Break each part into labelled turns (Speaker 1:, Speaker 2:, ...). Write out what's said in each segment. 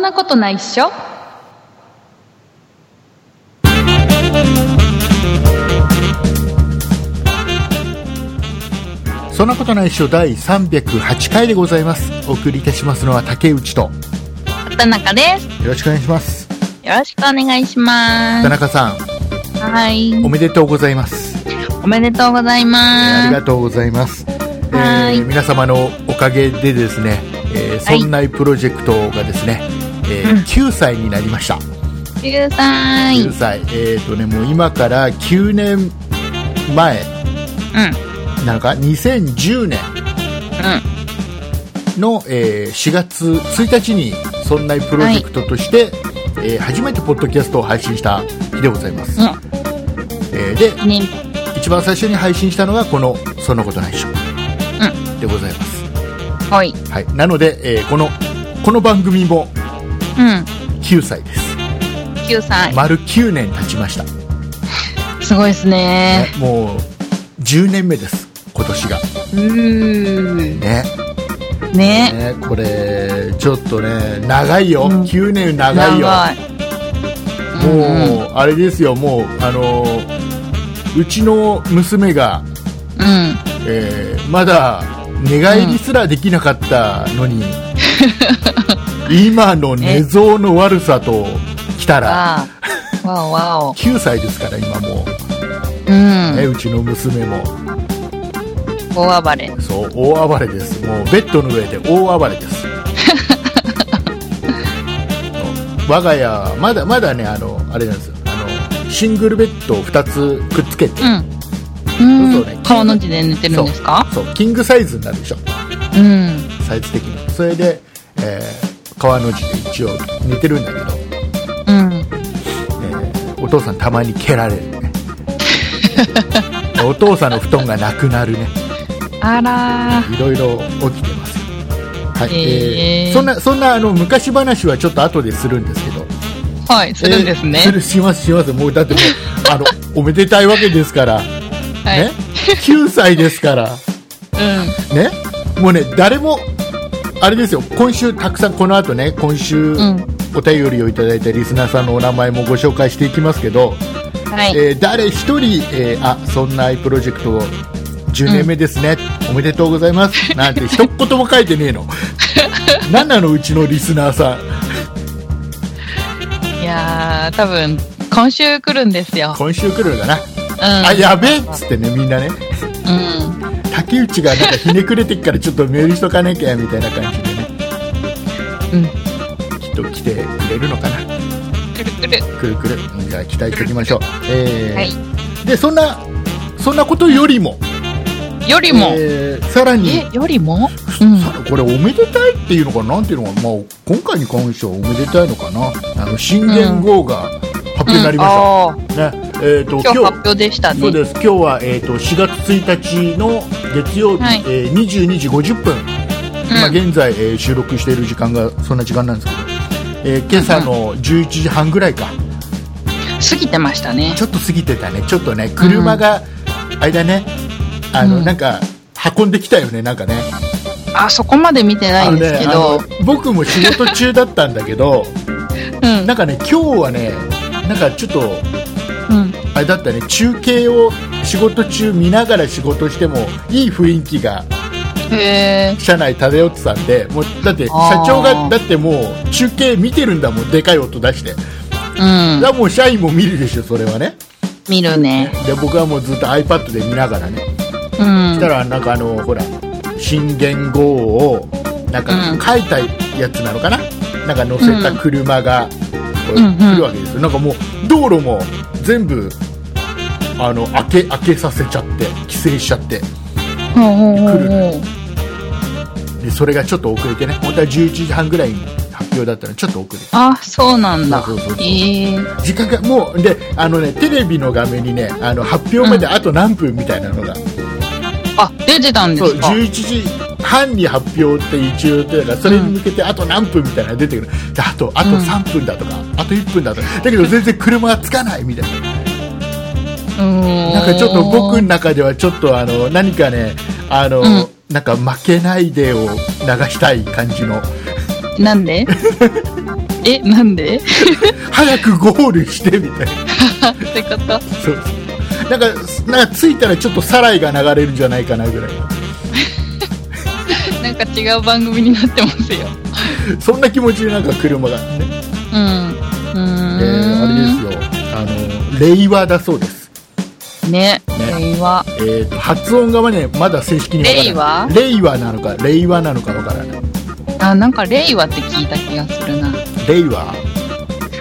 Speaker 1: なことないっしょ
Speaker 2: そんなことないっしょ第308回でございますお送りいたしますのは竹内とよ
Speaker 1: 畑中です
Speaker 2: ろしくお願いします
Speaker 1: よろしくお願いしま
Speaker 2: 田中さん
Speaker 1: すはい
Speaker 2: おめでとうございます
Speaker 1: おめでとうござい
Speaker 2: あり
Speaker 1: ま
Speaker 2: がとうございます、え
Speaker 1: はーい
Speaker 2: ー皆様のおかげでですね、えー、
Speaker 1: はい
Speaker 2: そんなプロジェクトがですね、えー
Speaker 1: うん
Speaker 2: 9歳になりました
Speaker 1: す9歳う
Speaker 2: 9歳えっ、とねもう今から9年前
Speaker 1: ん
Speaker 2: なのか2010年の、えー4月1日にそんなプロジェクトとして、えー初めてポッドキャストを配信した日でございます、
Speaker 1: う
Speaker 2: えーで
Speaker 1: んね
Speaker 2: 一番最初に配信したのがこの「そんなことないっしょ」でございます
Speaker 1: ほい
Speaker 2: はい、なので、えーこのこの番組も
Speaker 1: うん
Speaker 2: 9歳です、
Speaker 1: 9歳
Speaker 2: 丸9年経ちました、
Speaker 1: すごいですね
Speaker 2: ねもう10年目です今年が
Speaker 1: うーん
Speaker 2: ね
Speaker 1: ね
Speaker 2: ねこれちょっとね長いよ、
Speaker 1: うん
Speaker 2: 9年長いよもう、
Speaker 1: うん
Speaker 2: あれですよもうあのーうちの娘が、
Speaker 1: うん
Speaker 2: えーまだ寝返りすらできなかったのに、今の寝相の悪さときたら
Speaker 1: わあわおわ お
Speaker 2: 9歳ですから今もう
Speaker 1: う
Speaker 2: ね、
Speaker 1: ん
Speaker 2: うちの娘も
Speaker 1: 大暴れ
Speaker 2: そう大暴れですもうベッドの上で大暴れです 我が家はまだまだねあのあれなんですよあのシングルベッドを2つくっつけて、
Speaker 1: うん
Speaker 2: そううね
Speaker 1: ん顔の字で寝てるんですか
Speaker 2: そうキングサイズになるでしょ
Speaker 1: うん
Speaker 2: サイズ的にそれで、えー川の字で一応寝てるんだけど、
Speaker 1: うん
Speaker 2: えーお父さんたまに蹴られ るねお父さんの布団がなくなるね
Speaker 1: あらー
Speaker 2: いろいろ起きてます。はい、え
Speaker 1: へー
Speaker 2: ーそんな、そんな、あの、昔話はちょっと後でするんですけど。
Speaker 1: はいするんですね
Speaker 2: えーする、します、します。もう、だってもう、 あの、おめでたいわけですから、ね。
Speaker 1: はい
Speaker 2: 9歳ですから、
Speaker 1: う
Speaker 2: ね。もうね、誰も、あれですよ、今週、たくさん、この後ね、今週、
Speaker 1: んうん
Speaker 2: お便りをいただいたリスナーさんのお名前もご紹介していきますけど、
Speaker 1: はい
Speaker 2: えー誰一人、えーあそんな愛プロジェクトを10年目ですね、おめでとうございますなんて一言も書いてね えの何なのうちのリスナーさん
Speaker 1: いやー多分今週来るんですよ、
Speaker 2: 今週来るのかな、
Speaker 1: うん、
Speaker 2: あやべえっつってねみんなね
Speaker 1: うん
Speaker 2: 竹内がなんかひねくれてっからちょっとメールしとかなきゃみたいな感じでね
Speaker 1: うん
Speaker 2: きっと来てくれるのかな
Speaker 1: くるくる
Speaker 2: くるくるじゃあ期待しておきましょう、えー
Speaker 1: はい
Speaker 2: でそんなそんなことよりも、
Speaker 1: よりも、
Speaker 2: えーさらに
Speaker 1: えよりもうん
Speaker 2: さこれおめでたいっていうのかななんていうのかな、まあ、今回に関してはおめでたいのかなあの新元号が発表になりまし
Speaker 1: あー
Speaker 2: た、ねえー、と
Speaker 1: 今日発
Speaker 2: 今日
Speaker 1: 表でしたね
Speaker 2: そうです今日は、えー、と4月1日の月曜日、
Speaker 1: はい
Speaker 2: えー22時50分、今
Speaker 1: うん
Speaker 2: 現在、えー収録している時間がそんな時間なんですけど、えー今朝の11時半ぐらいか、
Speaker 1: 過ぎてましたね
Speaker 2: ちょっと過ぎてたねちょっとね車が、間ねあの、
Speaker 1: うん
Speaker 2: なんか運んできたよねなんかね
Speaker 1: あそこまで見てないんですけど、
Speaker 2: あのねあの僕も仕事中だったんだけどなんかね今日はねなんかちょっと
Speaker 1: うんうん
Speaker 2: あれだったね中継を仕事中見ながら仕事してもいい雰囲気が
Speaker 1: へえ
Speaker 2: 車内漂ってたんでもうだって社
Speaker 1: あー
Speaker 2: 長がだってもう中継見てるんだもんでかい音出してだか
Speaker 1: うん
Speaker 2: らもう社員も見るでしょそれはね
Speaker 1: 見るね
Speaker 2: で僕はもうずっと iPad で見ながらね
Speaker 1: うん
Speaker 2: そしたらなんかあのほら新元号をなんか
Speaker 1: うん
Speaker 2: 書いたやつなのかな、なんか乗せた車がこう
Speaker 1: うんうん
Speaker 2: 来るわけですよ、なんかもう道路も全部あの開け開けさせちゃって規制しちゃって
Speaker 1: ほうほうほう
Speaker 2: 来る
Speaker 1: ほ
Speaker 2: でそれがちょっと遅れてね本当は11時半ぐらいに発表だったのでちょっと遅れて
Speaker 1: あそうなんだ
Speaker 2: そうそうそうそう
Speaker 1: ええ
Speaker 2: 時間がもうであのねテレビの画面にねあの発表まであと何分みたいなのが、
Speaker 1: あ出てたんで
Speaker 2: そう
Speaker 1: すか
Speaker 2: 11時半に発表って一応だからそれに向けてあと何分みたいなのが出てくる、であとあと
Speaker 1: うん
Speaker 2: 3分だとか、あと1分だとかだけど全然車がつかないみたいなな
Speaker 1: なん
Speaker 2: かちょっと僕の中ではちょっとあの何かねあの、
Speaker 1: うん
Speaker 2: なん か負けないでを流したい感じの
Speaker 1: なんでえ、なんで
Speaker 2: 早くゴールしてみたいな
Speaker 1: ってこと
Speaker 2: そうそうなんかなんか着いたらちょっとサライが流れるんじゃないかなぐらい
Speaker 1: なんか違う番組になってますよ。
Speaker 2: そんな気持ちでなんか車がね、
Speaker 1: うん。うー
Speaker 2: え
Speaker 1: ん。
Speaker 2: ーあれですよあの令和だそうです
Speaker 1: すね。
Speaker 2: ね
Speaker 1: 令和。
Speaker 2: えーと発音がねまだ正式に分からない令和なのか令和なのか分からない
Speaker 1: あ、なんか令和って聞いた気がするな。
Speaker 2: 令和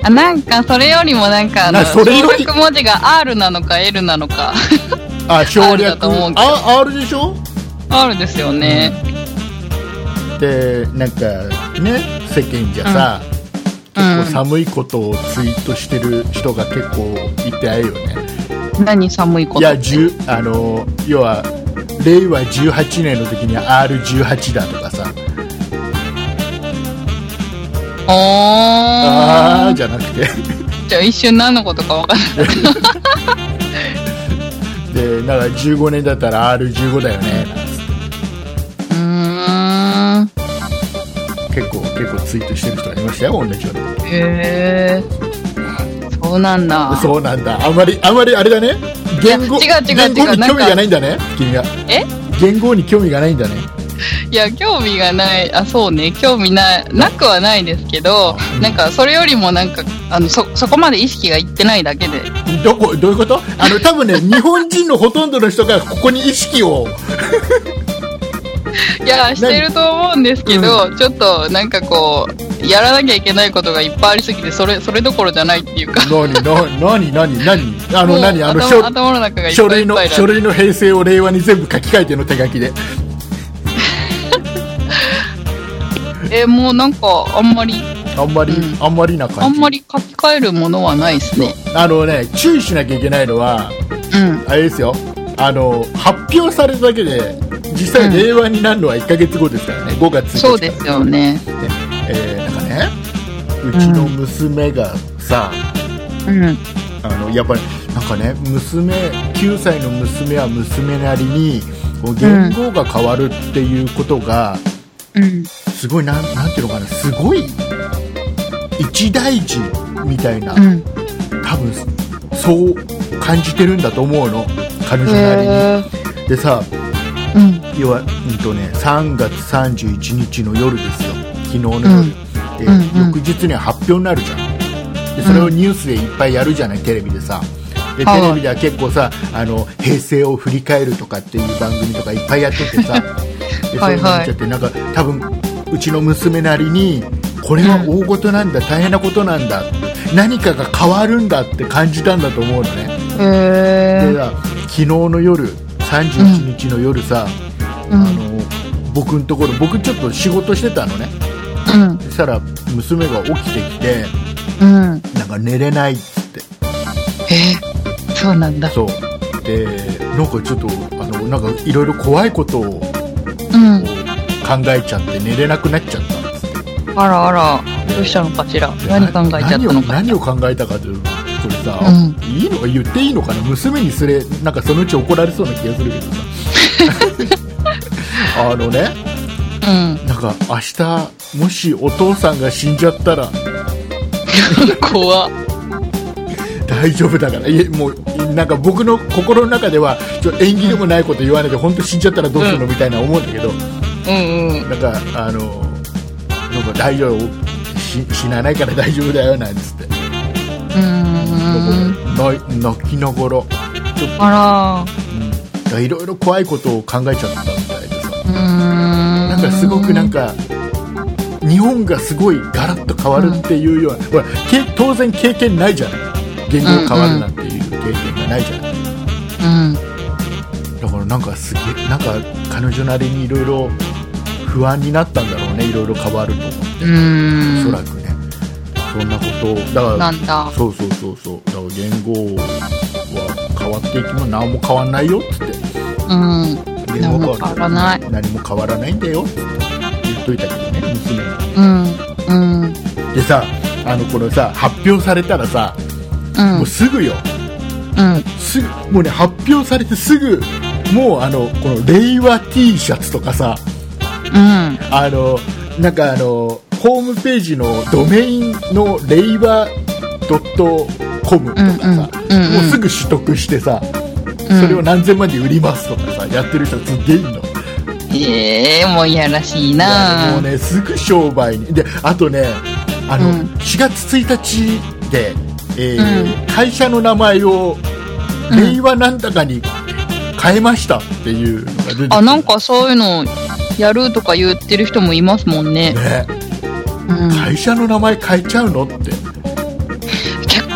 Speaker 1: あ、なんかそれよりもなんかあの、
Speaker 2: なそれより
Speaker 1: 省略文字が R なのか L なのか。
Speaker 2: あ省略
Speaker 1: R だと思うけど
Speaker 2: あ R でしょ
Speaker 1: R ですよね。
Speaker 2: でなんかね世間じゃさ、
Speaker 1: うん
Speaker 2: 結構寒いことをツイートしてる人が結構いてあれよね、
Speaker 1: 何寒いこと
Speaker 2: いや10あの要は令和18年の時に R18 だとかさ
Speaker 1: お
Speaker 2: あー
Speaker 1: ー。
Speaker 2: じゃなくて
Speaker 1: じゃあ一瞬何のことかわかんない。
Speaker 2: でだから15年だったら R15 だよねなんつっ
Speaker 1: うーん。
Speaker 2: て結構結構ツイートしてる人がいましたよ同じように
Speaker 1: へえ。そうなんだ。
Speaker 2: そうなんだあんまりあんまりあれだね言語
Speaker 1: いや違う違う違う
Speaker 2: 言語に
Speaker 1: なん
Speaker 2: 興
Speaker 1: か
Speaker 2: 味がないんだね君が
Speaker 1: え
Speaker 2: 言語に興味がないんだね
Speaker 1: いや、興味がない。あ、そうね。興味ない。なくはないですけど、なんか、それよりもなんか、あの、そ、そこまで意識がいってないだけで。
Speaker 2: どこどういうことあの多分ね 日本人のほとんどの人がここに意識を
Speaker 1: いや、してると思うんですけど、ちょっと、なんかこう、やらなきゃいけないことがいっぱいありすぎて、それ、それどころじゃないっていうか。
Speaker 2: 何何何何何あの
Speaker 1: もう
Speaker 2: 何あの
Speaker 1: 頭頭の中がいっ
Speaker 2: 書
Speaker 1: ぱいい
Speaker 2: 類
Speaker 1: っ
Speaker 2: の
Speaker 1: ぱいだ
Speaker 2: 書類の平成を令和に全部書き換えての手書きで
Speaker 1: えーもうなんか、あんまり、
Speaker 2: あんまり、
Speaker 1: う
Speaker 2: あんまりな感じ
Speaker 1: あんまり書き換えるものはないですね。
Speaker 2: あのね注意しなきゃいけないのは
Speaker 1: うん。
Speaker 2: あれですよあの発表されただけで実
Speaker 1: う
Speaker 2: 際
Speaker 1: ん
Speaker 2: 令和になるのは1ヶ月後ですからね5月1日
Speaker 1: そうですよね。
Speaker 2: えーなんかねうちの娘がさ、
Speaker 1: うん。
Speaker 2: あのやっぱりなんかね娘9歳の娘は娘なりにこう言語が変わるっていうことが、
Speaker 1: うん。
Speaker 2: すごいなんなんていうのかなすごい一大事みたいな、
Speaker 1: うん。
Speaker 2: 多分そう感じてるんだと思うの彼女なりに。でさ
Speaker 1: うん。
Speaker 2: 要は、うんとね、3月31日の夜ですよ昨日の夜、
Speaker 1: うん
Speaker 2: で
Speaker 1: うんうん
Speaker 2: 翌日には発表になるじゃんでそれをニュースでいっぱいやるじゃないテレビでさでテ
Speaker 1: はい
Speaker 2: レビでは結構さあの平成を振り返るとかっていう番組とかいっぱいやって てさでそういうの見ちゃってなんか多分うちの娘なりにこれは大事なんだ大変なことなんだ何かが変わるんだって感じたんだと思うのね
Speaker 1: へー
Speaker 2: でさ昨日の夜31日の夜さ、
Speaker 1: うん
Speaker 2: あの僕のところ僕ちょっと仕事してたのね
Speaker 1: うん
Speaker 2: そしたら娘が起きてきて
Speaker 1: うん
Speaker 2: なんか寝れないっつって
Speaker 1: えーそうなんだ
Speaker 2: そうでなんかちょっとあのなんかいろいろ怖いことをこ
Speaker 1: うん
Speaker 2: う考えちゃって寝れなくなっちゃったんですって
Speaker 1: あらあらどうしたのかしら
Speaker 2: で
Speaker 1: 何考えちゃったのか
Speaker 2: 何を
Speaker 1: し
Speaker 2: 何
Speaker 1: ら
Speaker 2: を考えたかというとそれさ、
Speaker 1: う
Speaker 2: いいのか言っていいのかな娘にすれなんかそのうち怒られそうな気がするけ どさあのね
Speaker 1: うん
Speaker 2: なんか明日もしお父さんが死んじゃったら
Speaker 1: 怖っ
Speaker 2: 大丈夫だからいえもうなんか僕の心の中ではちょ縁起でもないこと言わないで、本当死んじゃったらどうするのみたいな思うんだけど、
Speaker 1: うんうん
Speaker 2: なんかあのなんか大丈夫し死なないから大丈夫だよなんつって、
Speaker 1: うん
Speaker 2: 泣い泣きながらちょっと
Speaker 1: あ
Speaker 2: うんだからいろいろ怖いことを考えちゃったみたいでさ
Speaker 1: らうんな
Speaker 2: なんかすごくなんか日本がすごいガラッと変わるっていうような、ほらけ当然経験ないじゃない言語が変わるなんていう経験がないじゃない、
Speaker 1: うん
Speaker 2: だからなんかすげえなんか彼女なりにいろいろ不安になったんだろうねいろいろ変わると思
Speaker 1: うん
Speaker 2: おそらくね、そんなことをだか
Speaker 1: なんだ
Speaker 2: らそうそうそうそうだから言語は変わっていきも何も変わんないよっつって
Speaker 1: うん
Speaker 2: 言
Speaker 1: 何も
Speaker 2: 語
Speaker 1: 変わらない
Speaker 2: 何も変わらないんだよっつって言っといたけどね娘に
Speaker 1: うんうん
Speaker 2: でさあのこのさ発表されたらさ、
Speaker 1: うん
Speaker 2: もうすぐよ
Speaker 1: うん
Speaker 2: すぐもうね発表されてすぐもうあのこの令和 T シャツとかさ
Speaker 1: うん
Speaker 2: あのなんかあのホームページのドメインのレイバー .com とかさ、
Speaker 1: うんうんうんうん
Speaker 2: もうすぐ取得してさ、
Speaker 1: うん
Speaker 2: それを何千万で売りますとかさやってる人すっげえいんの
Speaker 1: ええもういやらしい
Speaker 2: いや
Speaker 1: な
Speaker 2: もうねすぐ商売にであとねあの、
Speaker 1: うん
Speaker 2: 4月1日で、えー
Speaker 1: う
Speaker 2: 会社の名前を
Speaker 1: うん
Speaker 2: 令和なんだかに変えましたっていうのが出てきて
Speaker 1: あ、なんかそういうのやるとか言ってる人もいますもんね。
Speaker 2: ね
Speaker 1: うん、
Speaker 2: 会社の名前変えちゃうのって
Speaker 1: 結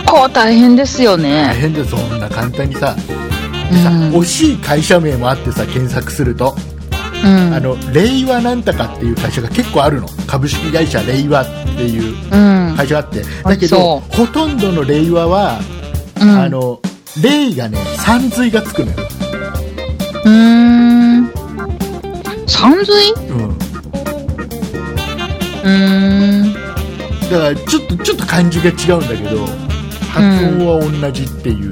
Speaker 1: 構大変ですよ
Speaker 2: 大
Speaker 1: ね。
Speaker 2: 変でそんな簡単にさ
Speaker 1: う
Speaker 2: でさ、
Speaker 1: ん。
Speaker 2: 惜しい会社名もあってさ検索すると、
Speaker 1: うん
Speaker 2: あの令和なんたかっていう会社が結構あるの株式会社令和っていう
Speaker 1: うん。
Speaker 2: 会社があってだけど
Speaker 1: そ
Speaker 2: ほとんどの令和は、
Speaker 1: うん
Speaker 2: あの令がねさんずいがつくのよ、
Speaker 1: うーん。三髄
Speaker 2: うん、だ
Speaker 1: うーん。
Speaker 2: からちょっとちょっと漢字が違うんだけど発音は同じっていう、
Speaker 1: う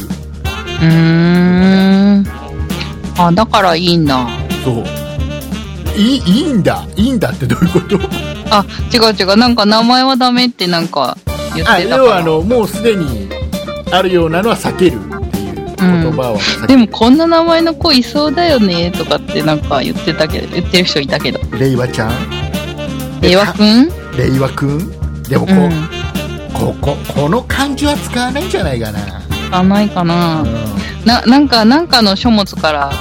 Speaker 1: ーん。あ、だからいいんだ。
Speaker 2: そういいいいんだいいんだってどういうこと
Speaker 1: あ、違う違う。なんか名前はダメってなんか言ってたか
Speaker 2: あ
Speaker 1: ら。
Speaker 2: 要はあのもうすでにあるようなのは避けるっていう言葉は避け
Speaker 1: で
Speaker 2: る、
Speaker 1: もこんな名前の子いそうだよねとかってなんか言ってたけど、言ってる人いたけど。
Speaker 2: 令和ちゃん
Speaker 1: 令和くん
Speaker 2: 令和くんでもこ,、
Speaker 1: うん。
Speaker 2: こここの漢字は使わないんじゃないかな、
Speaker 1: あ、ないか
Speaker 2: う、
Speaker 1: なんな、なんか、なんかの書物から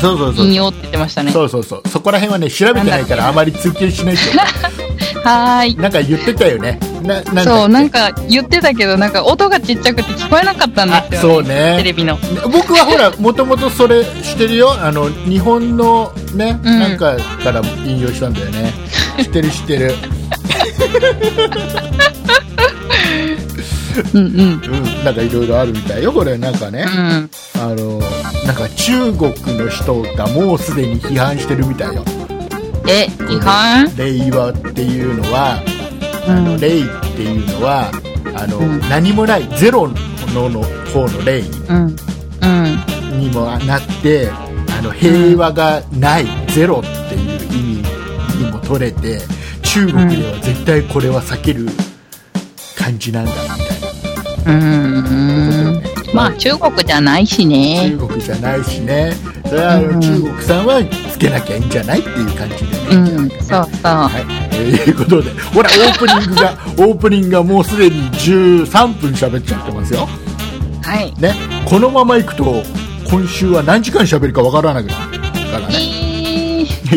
Speaker 2: そうそうそう
Speaker 1: 引用って言ってましたね。
Speaker 2: そうそうそうそこら辺はね調べてないからあまり追求しないけ
Speaker 1: はーい。
Speaker 2: どなんか言ってたよねななんだっけ
Speaker 1: そう、なんか言ってたけど、なんか音がちっちゃくて聞こえなかったん
Speaker 2: あ
Speaker 1: です
Speaker 2: そ
Speaker 1: よ
Speaker 2: う
Speaker 1: ね。テレ
Speaker 2: ね
Speaker 1: ビ の。
Speaker 2: 僕はほらもともとそれしてるよあの日本のね、
Speaker 1: うん
Speaker 2: なんかから引用したんだよね知ってる知ってる、
Speaker 1: うんうん。
Speaker 2: うん、なんかいろいろあるみたいよこれなんか
Speaker 1: う、
Speaker 2: ね
Speaker 1: ん。
Speaker 2: あのなんか中国の人がもうすでに批判してるみたいよ
Speaker 1: え、違反
Speaker 2: 令和っていうのは、
Speaker 1: う
Speaker 2: あの
Speaker 1: ん。
Speaker 2: 令っていうのはあの、
Speaker 1: うん
Speaker 2: 何もないゼロのの方の令
Speaker 1: うん。うん。
Speaker 2: にもなってあの平和がない、ゼロっていう意味にも取れて中国では絶対これは避ける感じなんだみたい
Speaker 1: う
Speaker 2: な
Speaker 1: ん。
Speaker 2: ことで、
Speaker 1: まあ、中国じゃないしね。
Speaker 2: 中国じゃないしねそれはあの、
Speaker 1: うん
Speaker 2: 中国さんはつけなきゃいいんじゃないっていう感じでね。
Speaker 1: うん。そうそう。
Speaker 2: はい、ということで、ほら、オープニングが、 オープニングがもうすでに13分喋っちゃってますよ。
Speaker 1: はい。
Speaker 2: ね、このまま行くと、今週は何時間喋るかわからなくなるからね。
Speaker 1: えー。
Speaker 2: ええ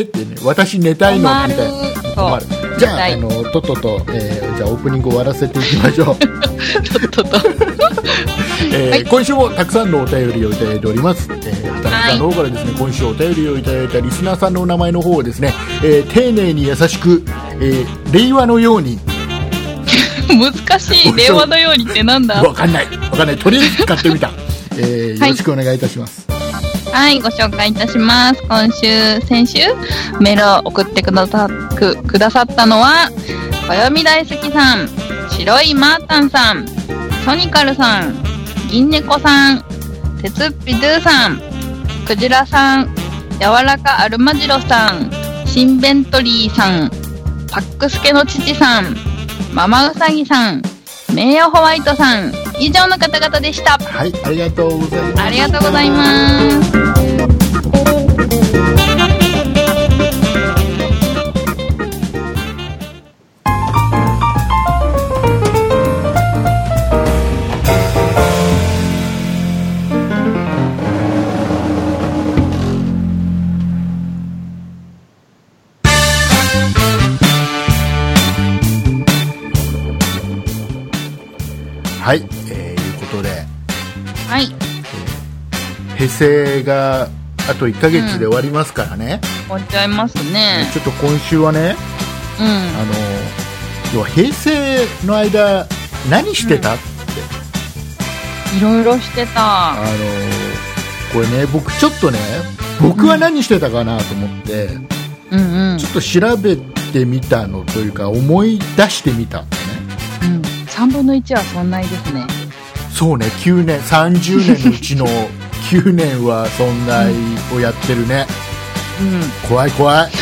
Speaker 2: ーってね、私寝たいのみたいな。
Speaker 1: 困
Speaker 2: 困
Speaker 1: る
Speaker 2: る。じゃあ、
Speaker 1: はい
Speaker 2: あの、とっとと、えーじゃあオープニング終わらせていきましょう。
Speaker 1: そう。ちょっと。
Speaker 2: えー
Speaker 1: はい
Speaker 2: 今週もたくさんのお便りをいただいております、えー、畑中さんの方からですね、今週お便りをいただいたリスナーさんのお名前の方をですね、えー丁寧に優しく、えー令和のように
Speaker 1: 難しい。令和のようにってなんだ
Speaker 2: わかんないわかんないとりあえず使っ てみた、えーよろしくお願いいたします、
Speaker 1: はい、ご紹介いたします。今週、先週、メールを送ってくださくくださったのは、暦大好きさん、白いマータンさん、ソニカルさん、銀猫さん、鉄っぴドゥさん、クジラさん、柔らかアルマジロさん、シンベントリーさん、パックスケの父さん、ママウサギさん、名誉ホワイトさん、以上の方々でした。
Speaker 2: はいありがとうございます
Speaker 1: ありがとうございます。
Speaker 2: はい、えー、いうことで
Speaker 1: はい、
Speaker 2: 平成があと1ヶ月で終わりますからね、
Speaker 1: 終わっちゃいますね。
Speaker 2: ちょっと今週はね
Speaker 1: うん。
Speaker 2: あの要は平成の間何してた、
Speaker 1: いろいろしてた。
Speaker 2: あのこれね僕ちょっとね僕は何してたかなと思って、
Speaker 1: うんうん。
Speaker 2: ちょっと調べてみたのというか思い出してみたのね
Speaker 1: うん、3分の1はそんないですね。
Speaker 2: そうね9年30年のう ちの9年はそんなをやってるね
Speaker 1: うん。
Speaker 2: 怖い怖い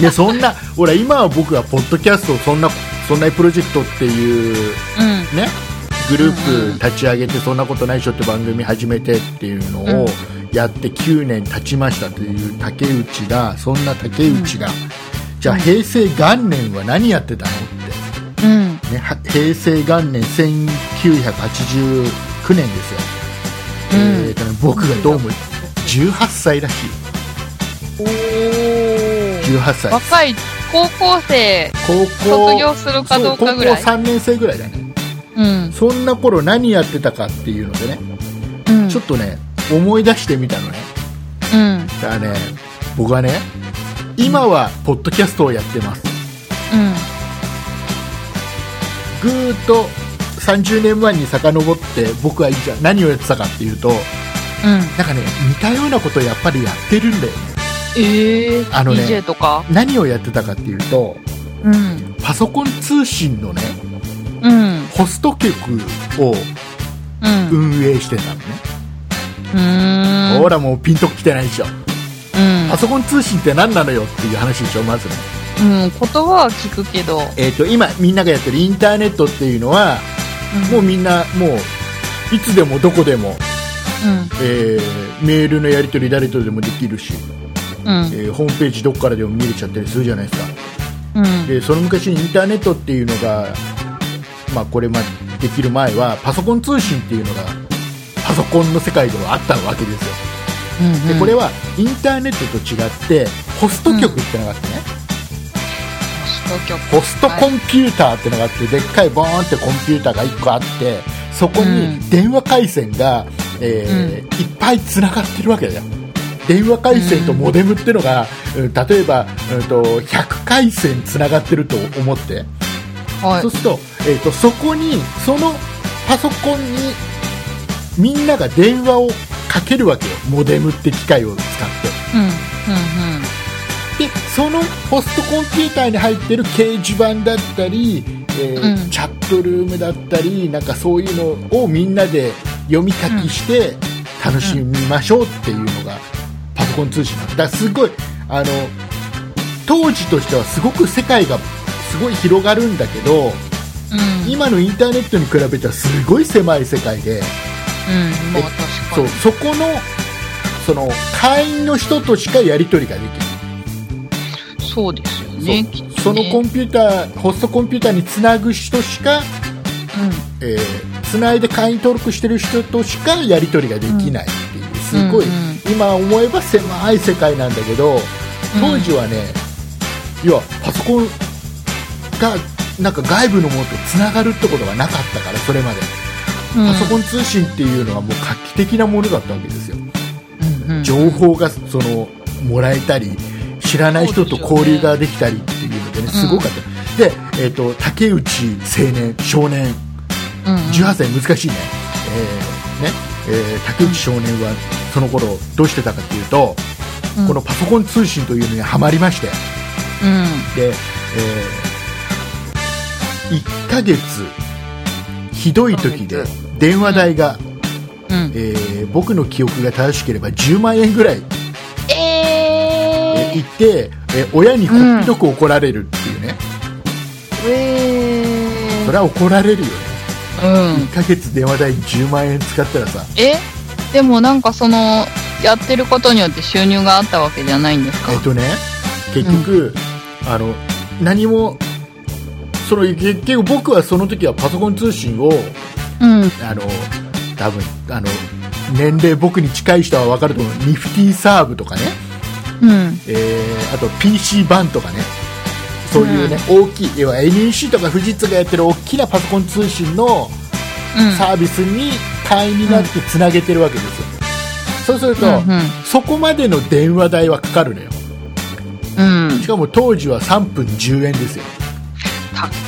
Speaker 2: でそんなほら今は僕はポッドキャストをそんなそんなプロジェクトっていう
Speaker 1: うん
Speaker 2: ねグループ立ち上げて「そんなことないっしょ」って番組始めてっていうのをやって9年経ちましたという竹内がそんな竹内が、じゃあ平成元年は何やってたのっ
Speaker 1: うん
Speaker 2: て、ね、は平成元年1989
Speaker 1: う
Speaker 2: 年ですよ、
Speaker 1: ん
Speaker 2: えーとね僕がどうも18歳らしい
Speaker 1: お
Speaker 2: 18歳
Speaker 1: 若い高校生
Speaker 2: 高校
Speaker 1: 卒業するかどうかぐらい
Speaker 2: そう高校3年生ぐらいだね
Speaker 1: うん
Speaker 2: そんな頃何やってたかっていうのでね、
Speaker 1: うん
Speaker 2: ちょっとね思い出してみたのね
Speaker 1: うん
Speaker 2: だからね僕はね今はポッドキャストをやってます
Speaker 1: うん
Speaker 2: ぐーっと30年前に遡って僕はじゃあ何をやってたかっていうと
Speaker 1: うん
Speaker 2: なんかね似たようなことをやっぱりやってるんだよね
Speaker 1: ええ
Speaker 2: あのね
Speaker 1: DJ とか
Speaker 2: 何をやってたかっていうと
Speaker 1: うん
Speaker 2: パソコン通信のね
Speaker 1: うん
Speaker 2: ホスト局を
Speaker 1: うんう
Speaker 2: 運営してたのね、
Speaker 1: ーん
Speaker 2: ほらもうピンときてないでしょ
Speaker 1: うん
Speaker 2: パソコン通信って何なのよっていう話でしょまずね
Speaker 1: うん言葉は聞くけど
Speaker 2: えっ、と今みんながやってるインターネットっていうのはもうみんなもういつでもどこでも、
Speaker 1: うん
Speaker 2: えーメールのやり取り誰とでもできるし、
Speaker 1: うん
Speaker 2: えーホームページどこからでも見れちゃったりするじゃないですか
Speaker 1: うん
Speaker 2: でその昔にインターネットっていうのが、まあ、これまでできる前はパソコン通信っていうのがパソコンの世界ではあったわけですよ
Speaker 1: うん
Speaker 2: でこれ
Speaker 1: は
Speaker 2: はインターネットと違ってホスト局ってのがあってね、ホストコンピューターってのがあって、でっかいボーンってコンピューターが1個あってそこに電話回線が、えーいっぱいつながってるわけだよ電話回線とモデムってのが、うん例えば、うん、と100回線つながってると思って、
Speaker 1: はい
Speaker 2: そうすると,、えー、とそこにそのパソコンにみんなが電話をかけるわけよモデムって機械を使って
Speaker 1: うんうん
Speaker 2: でそのホストコンピューターに入ってる掲示板だったり、えー
Speaker 1: うん
Speaker 2: チャットルームだったりなんかそういうのをみんなで読み書きして楽しみましょうっていうのがパソコン通信なんだだからすごいあの当時としてはすごく世界がすごい広がるんだけど
Speaker 1: うん
Speaker 2: 今のインターネットに比べたらすごい狭い世界で
Speaker 1: うんもう
Speaker 2: そ
Speaker 1: 確
Speaker 2: う
Speaker 1: か
Speaker 2: そこのその会員の人としかやり取りができない。
Speaker 1: にそうですよねきっとね
Speaker 2: そのコンピューターホストコンピューターにつなぐ人しか、
Speaker 1: う
Speaker 2: えーつないで会員登録してる人としかやり取りができないっていう、すごい、
Speaker 1: うん
Speaker 2: 今思えば狭い世界なんだけど当時はね、いやパソコンがなんか外部のものとつながるってことがなかったからそれまで、
Speaker 1: んうん
Speaker 2: パソコン通信っていうのはもう画期的なものだったわけですよ
Speaker 1: うんうん
Speaker 2: 情報がそのもらえたり知らない人と交流ができたりっていうので
Speaker 1: そうですよ
Speaker 2: ねす
Speaker 1: ね
Speaker 2: ごかった、で、えー、と竹内青年少年
Speaker 1: うんうん
Speaker 2: 18歳難しいね,、えーねえー竹内少年はその頃どうしてたかっていうと、
Speaker 1: うん
Speaker 2: このパソコン通信というのにはまりまして
Speaker 1: うん
Speaker 2: で、え1ヶ月ひどい時で電話代が、
Speaker 1: うん
Speaker 2: えー僕の記憶が正しければ10万円ぐらい
Speaker 1: え
Speaker 2: えいて、え親にこっぴどく怒られるっていうね、
Speaker 1: ー、え
Speaker 2: それは怒られるよね、
Speaker 1: ー、うん
Speaker 2: 1ヶ月電話代10万円使ったらさ、
Speaker 1: えでもなんかそのやってることによって収入があったわけじゃないんですか
Speaker 2: えっとね、結局、あの何もその結局僕はその時はパソコン通信を
Speaker 1: うん
Speaker 2: あの多分あの年齢僕に近い人は分かると思うニフティーサーブとかね、
Speaker 1: うん
Speaker 2: えーあと PC 版とかねそういうね、大きい要は NEC とか富士通がやってる大きなパソコン通信の
Speaker 1: うん
Speaker 2: サービスに会員になってつなげてるわけですよ、そうすると、
Speaker 1: うん
Speaker 2: そこまでの電話代はかかるのよ
Speaker 1: うんうん
Speaker 2: しかも当時は3分10円ですよ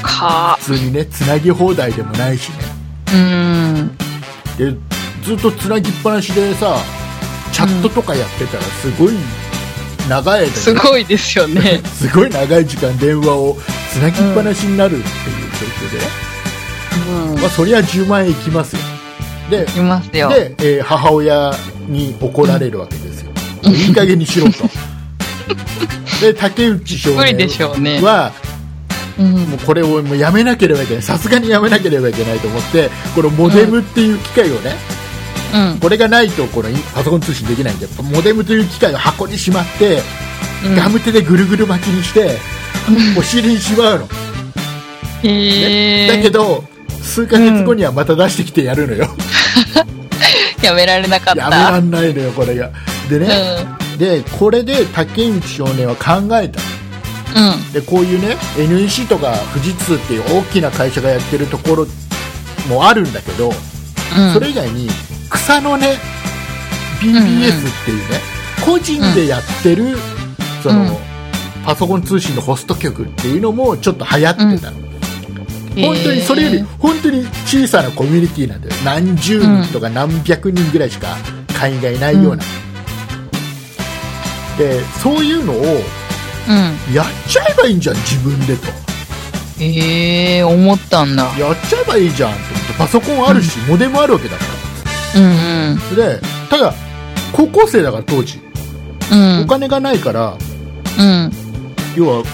Speaker 1: 高っ
Speaker 2: 普通にねつなぎ放題でもないしね
Speaker 1: うん
Speaker 2: でずっとつなぎっぱなしでさチャットとかやってたらすごい長い間
Speaker 1: すごいですよね
Speaker 2: すごい長い時間電話をつなぎっぱなしになるっていう状況
Speaker 1: う
Speaker 2: でね、
Speaker 1: ん
Speaker 2: まあ、そりゃ10万円いきますよで
Speaker 1: いますよ
Speaker 2: で、えー母親に怒られるわけですよ、いい加減にしろとで竹内少
Speaker 1: 無理で
Speaker 2: 年
Speaker 1: しょうね。
Speaker 2: は
Speaker 1: うん
Speaker 2: もうこれをもうやめなければいけないさすがにやめなければいけないと思ってこのモデムっていう機械をね、
Speaker 1: うん
Speaker 2: これがないとこのインパソコン通信できないんでモデムという機械を箱にしまって、
Speaker 1: うん
Speaker 2: ガム手でぐるぐる巻きにして、お尻にしまうの、
Speaker 1: へ
Speaker 2: だけ
Speaker 1: え。
Speaker 2: ど数ヶ月後にはまた出してきてやるのよ、
Speaker 1: やめられなかっ
Speaker 2: やめら
Speaker 1: た。
Speaker 2: んないのよこれがで
Speaker 1: うん。
Speaker 2: ね、でこれで竹内少年は考えた
Speaker 1: うん。
Speaker 2: でこういうね NEC とか富士通っていう大きな会社がやってるところもあるんだけど、
Speaker 1: うん。
Speaker 2: それ以外に草のね BBS っていうね、個人でやってる、その、
Speaker 1: うん
Speaker 2: パソコン通信のホスト局っていうのもちょっと流行ってたの、本当にそれより
Speaker 1: へ
Speaker 2: 本当に小さなコミュニティなんだよ何十人とか何百人ぐらいしか会員がいないような、でそういうのをやっちゃえばいいんじゃん自分でと
Speaker 1: え。うん。へえ、思ったんだ。
Speaker 2: やっちゃえばいいじゃんと思ってパソコンあるし、モデルもあるわけだか
Speaker 1: うんうん。
Speaker 2: らでただ高校生だから当時
Speaker 1: うん
Speaker 2: お。金がないから、
Speaker 1: うん。
Speaker 2: 要は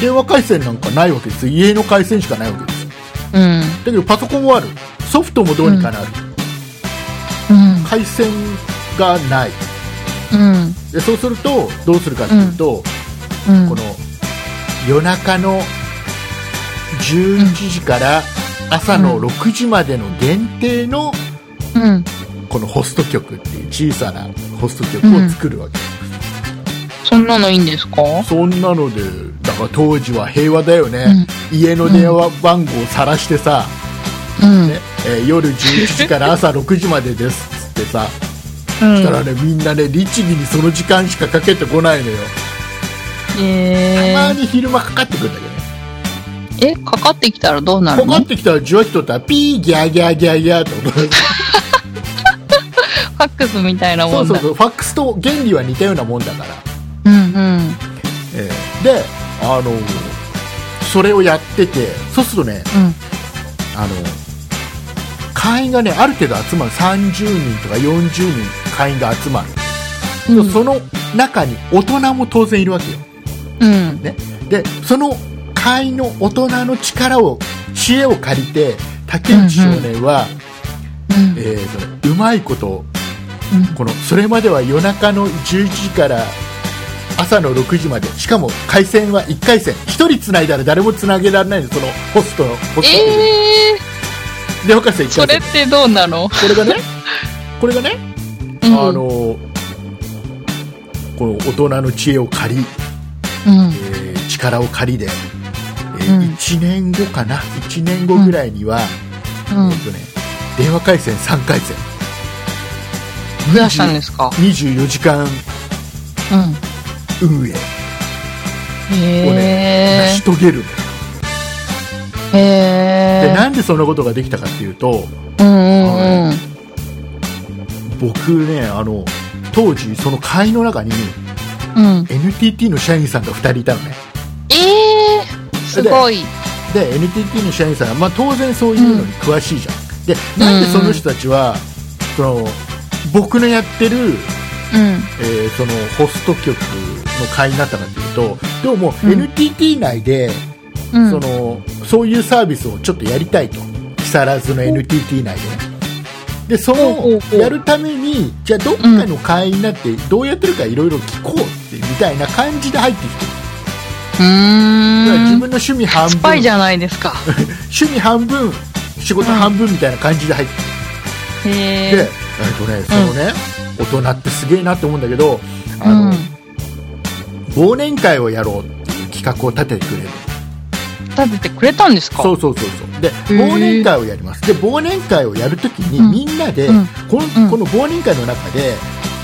Speaker 2: 電話回線なんかないわけですよ家の回線しかないわけですよ
Speaker 1: うん。
Speaker 2: だけどパソコンはあるソフトもどうにかなる、
Speaker 1: うん。
Speaker 2: 回線がない
Speaker 1: うん。
Speaker 2: でそうするとどうするかっていうと、
Speaker 1: うん。
Speaker 2: この夜中の11時から朝の6時までの限定の
Speaker 1: うん。
Speaker 2: このホスト局っていう小さなホスト局を作るわけ、
Speaker 1: そんなのいいんですか
Speaker 2: そんなのでだから当時は平和だよね、家の電話番号を晒してさ、
Speaker 1: うん。
Speaker 2: ねえー夜11時から朝6時までですっつってさ、
Speaker 1: うん
Speaker 2: そしたらねみんなね律儀にその時間しかかけてこないのよた
Speaker 1: え
Speaker 2: まに昼間かかってくるんだけどね
Speaker 1: ー、え、かかってきたらどうな
Speaker 2: か
Speaker 1: るの
Speaker 2: かってきたらじわっとったらピーギャーギャーギャーギャーって音が
Speaker 1: ファックスみたいな
Speaker 2: そ
Speaker 1: も
Speaker 2: うんそ
Speaker 1: だ。
Speaker 2: うそうファックスと原理は似たようなもんだから、
Speaker 1: うんうん。
Speaker 2: えーであのそれをやっててそうするとね
Speaker 1: うん。
Speaker 2: あの会員がねある程度集まる30人とか40人会員が集まる、
Speaker 1: うん
Speaker 2: その中に大人も当然いるわけよ
Speaker 1: うん。
Speaker 2: ね、でその会員の大人の力を知恵を借りて竹内少年は、
Speaker 1: うん
Speaker 2: えーとうまいことこのそれまでは夜中の11時から朝の6時までしかも回線は1回線1人つないだら誰もつなげられないのそのホストのホストっていう
Speaker 1: え
Speaker 2: で博士
Speaker 1: ー、そ
Speaker 2: 1
Speaker 1: れ
Speaker 2: 回
Speaker 1: っ
Speaker 2: 線
Speaker 1: てどうなの
Speaker 2: これがね これがね、
Speaker 1: うん
Speaker 2: あのこの大人の知恵を借り
Speaker 1: うん。
Speaker 2: えー力を借りで、え
Speaker 1: うん
Speaker 2: 1年後かな1年後ぐらいには、
Speaker 1: うん
Speaker 2: え。ーとね、電話回線3回線
Speaker 1: 増やしたんですか
Speaker 2: 24時
Speaker 1: う
Speaker 2: 間
Speaker 1: ん。
Speaker 2: 運営を
Speaker 1: え
Speaker 2: 成し遂げるの、
Speaker 1: ー。え
Speaker 2: で
Speaker 1: ー。
Speaker 2: なんでそんなことができたかっていうと
Speaker 1: うんうんうん。
Speaker 2: 僕ねあの当時その会の中に
Speaker 1: うん。
Speaker 2: NTT の社員さんが2人いたのね
Speaker 1: えー、すごい。
Speaker 2: で NTT の社員さんは、まあ、当然そういうのに詳しいじゃん、でなんでその人たちは、その僕のやってる
Speaker 1: うん。
Speaker 2: えーそのホスト局の会になったかというとどうも
Speaker 1: うん
Speaker 2: NTT 内で、
Speaker 1: うん。
Speaker 2: そのそういうサービスをちょっとやりたいと木更津の NTT 内でねでそ
Speaker 1: ほうほうほ
Speaker 2: の
Speaker 1: う
Speaker 2: やるためにじゃあどっかの会員になってどうやってるかいろいろ聞こうってみたいな感じで入ってきてる
Speaker 1: う
Speaker 2: だから自
Speaker 1: ー
Speaker 2: 分
Speaker 1: ん。
Speaker 2: の趣味半
Speaker 1: スパイじ
Speaker 2: 分
Speaker 1: ゃないです か。
Speaker 2: 趣味半分仕事半分みたいな感じで入ってきて
Speaker 1: へ
Speaker 2: で、え
Speaker 1: え
Speaker 2: っとねそのね、大人ってすげえなって思うんだけどあの、
Speaker 1: うん。
Speaker 2: 忘年会をやろうっていう企画を立ててくれる
Speaker 1: 立ててくれたんですか
Speaker 2: そうそうそうそうで
Speaker 1: ー
Speaker 2: 忘年会をやりますで忘年会をやるときに
Speaker 1: うん
Speaker 2: みんなで、
Speaker 1: うん
Speaker 2: こ
Speaker 1: う
Speaker 2: の
Speaker 1: ん
Speaker 2: この忘年会の中で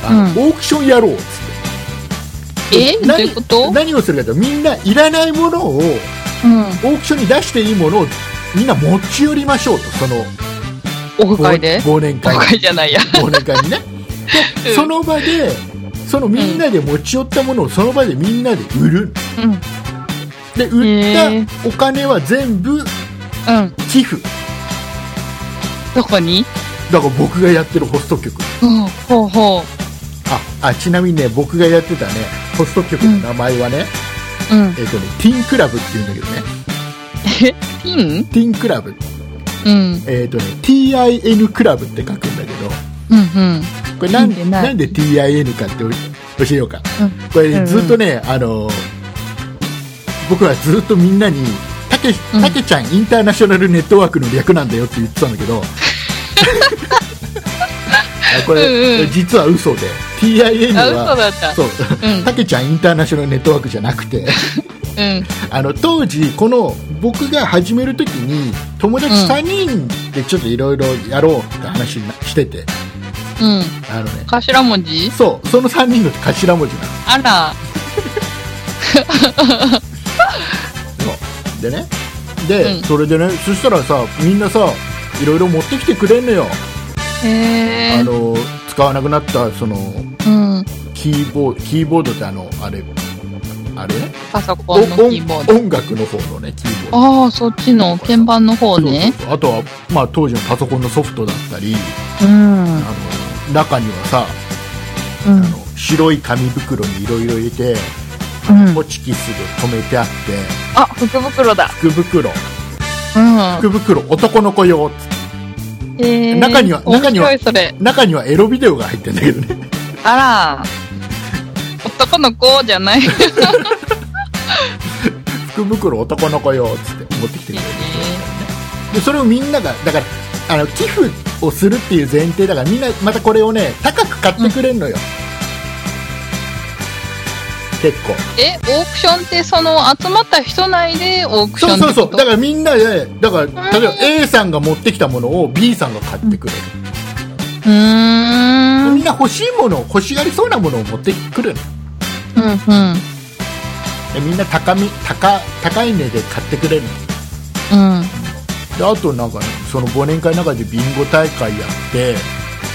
Speaker 2: あの、オークションやろうっつって
Speaker 1: えどういうこと
Speaker 2: 何をするかというとみんないらないものをオ
Speaker 1: うん。
Speaker 2: ークションに出していいものをみんな持ち寄りましょうとその
Speaker 1: オフ会で
Speaker 2: 忘忘年
Speaker 1: オ
Speaker 2: 会
Speaker 1: フ会じゃないや。
Speaker 2: 忘年会にねで、
Speaker 1: うん
Speaker 2: その場でそのみんなで持ち寄ったものをその場でみんなで売る
Speaker 1: うん。うん。
Speaker 2: で売ったお金は全部寄付
Speaker 1: どこに
Speaker 2: だから僕がやってるホスト局
Speaker 1: うん。ほうほう。
Speaker 2: ああちなみにね僕がやってたねホスト局の名前はね、
Speaker 1: うん。
Speaker 2: えっ、とね、ティンクラブっていうんだけどね、
Speaker 1: え、ピン
Speaker 2: ティンクラブ、
Speaker 1: うん。
Speaker 2: えっ、とね、TIN クラブって書くんだけど、
Speaker 1: うんうん。
Speaker 2: これなん
Speaker 1: ティンでない
Speaker 2: なんで TIN かって教えようか。
Speaker 1: うん
Speaker 2: こ
Speaker 1: うんう
Speaker 2: れ
Speaker 1: ん
Speaker 2: ずっとね、あの、僕はずっとみんなに、たけ、
Speaker 1: うん
Speaker 2: たけちゃんインターナショナルネットワークの略なんだよって言ってたんだ けど、あこ
Speaker 1: うんう
Speaker 2: れ、
Speaker 1: ん
Speaker 2: 実は嘘で、TIN
Speaker 1: あ、嘘
Speaker 2: は、
Speaker 1: だった。
Speaker 2: そう
Speaker 1: うん、
Speaker 2: たけちゃんインターナショナルネットワークじゃなくて、
Speaker 1: うん。
Speaker 2: あの当時この僕が始めるときに友達3人でちょっといろいろやろうって話になしてて、
Speaker 1: うん。
Speaker 2: あのね
Speaker 1: 頭文字
Speaker 2: そうその3人の頭文字なの
Speaker 1: あら。
Speaker 2: そうでねで、
Speaker 1: うん
Speaker 2: それでねそしたらさみんなさいろいろ持ってきてくれんのよ、
Speaker 1: へ
Speaker 2: あ
Speaker 1: え。
Speaker 2: の使わなくなったその
Speaker 1: うん。
Speaker 2: キーボードキーボードってあのあれあれ
Speaker 1: パソ
Speaker 2: お
Speaker 1: コンのキ
Speaker 2: 音
Speaker 1: ーボード。
Speaker 2: 音楽の方のねキーボード
Speaker 1: ああ、そっちの鍵盤の方ね。
Speaker 2: そうそうそうあとは、まあ、当時のパソコンのソフトだったり
Speaker 1: うん。
Speaker 2: あの中にはさ
Speaker 1: うん
Speaker 2: あの白い紙袋にいろいろ入れて
Speaker 1: うん
Speaker 2: ホ。チキスで留めてあって
Speaker 1: あ、福袋だ。
Speaker 2: 福袋
Speaker 1: う
Speaker 2: 福袋男の子用
Speaker 1: ん。へえ。
Speaker 2: 中には中には
Speaker 1: 面白いそれ。
Speaker 2: 中にはエロビデオが入ってんだけどね
Speaker 1: あら。男の子じゃない。へ
Speaker 2: 福袋男の子用っつって持ってきてくれる
Speaker 1: え
Speaker 2: でそれをみんながだからあの寄付をするっていう前提だからみんなまたこれをね高く買ってくれるのよ、結構
Speaker 1: え、オークションってその集まった人内でオークション
Speaker 2: そ
Speaker 1: って
Speaker 2: うそ
Speaker 1: こ
Speaker 2: う
Speaker 1: と
Speaker 2: そうだからみんなでだから例えば
Speaker 1: うん
Speaker 2: A さんが持ってきたものを B さんが買ってくれる、
Speaker 1: うーん。うん
Speaker 2: みんな欲しいもの欲しがりそうなものを持ってくるの
Speaker 1: うん。
Speaker 2: でみんな高み高高い値で買ってくれるの
Speaker 1: うん。
Speaker 2: であとなんか、ね、その忘年会の中でビンゴ大会やって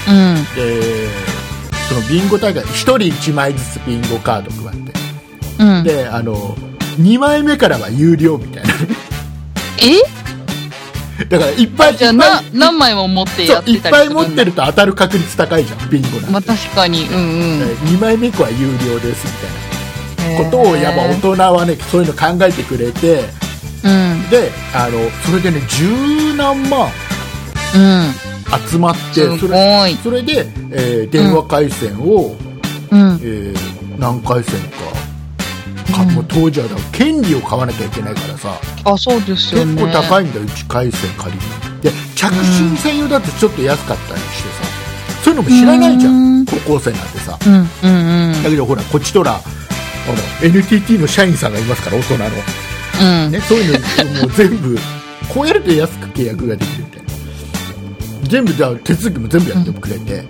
Speaker 1: うん。
Speaker 2: でそのビンゴ大会1人1枚ずつビンゴカード配って
Speaker 1: うん。
Speaker 2: であの2枚目からは有料みたいな
Speaker 1: え
Speaker 2: だからいっぱい
Speaker 1: じゃあ
Speaker 2: いっぱい
Speaker 1: な何枚も持って
Speaker 2: そ
Speaker 1: やっ
Speaker 2: うい
Speaker 1: て
Speaker 2: ったぱ
Speaker 1: りす
Speaker 2: い
Speaker 1: る
Speaker 2: 持ってると当たる確率高いじゃんビンゴなんて、
Speaker 1: まあ確かにうんうん
Speaker 2: 2枚目以降は有料ですみたいなことをやっぱ大
Speaker 1: 音
Speaker 2: 人はねそういうの考えてくれて
Speaker 1: うん
Speaker 2: であのそれでね十何万
Speaker 1: うん
Speaker 2: 集まって
Speaker 1: す
Speaker 2: そ
Speaker 1: ご
Speaker 2: れ
Speaker 1: い
Speaker 2: それで、えー電話回線を、
Speaker 1: うん
Speaker 2: えー何回線かか、もう当時はだから権利を買わなきゃいけないからさ
Speaker 1: あそうですよ
Speaker 2: 結
Speaker 1: ね
Speaker 2: 構高
Speaker 1: い
Speaker 2: いんだよ1回線借りるので着信専用だってちょっと安かったりしてさそういうのも知らないじゃん、
Speaker 1: うん
Speaker 2: 高校生なんてさ
Speaker 1: うんうんうん
Speaker 2: だけどほらこっちとらほら NTT の社員さんがいますから大人の。
Speaker 1: うん
Speaker 2: ね、そういうのもう全部こうやると安く契約ができるみたいな全部じゃあ手続きも全部やってくれて、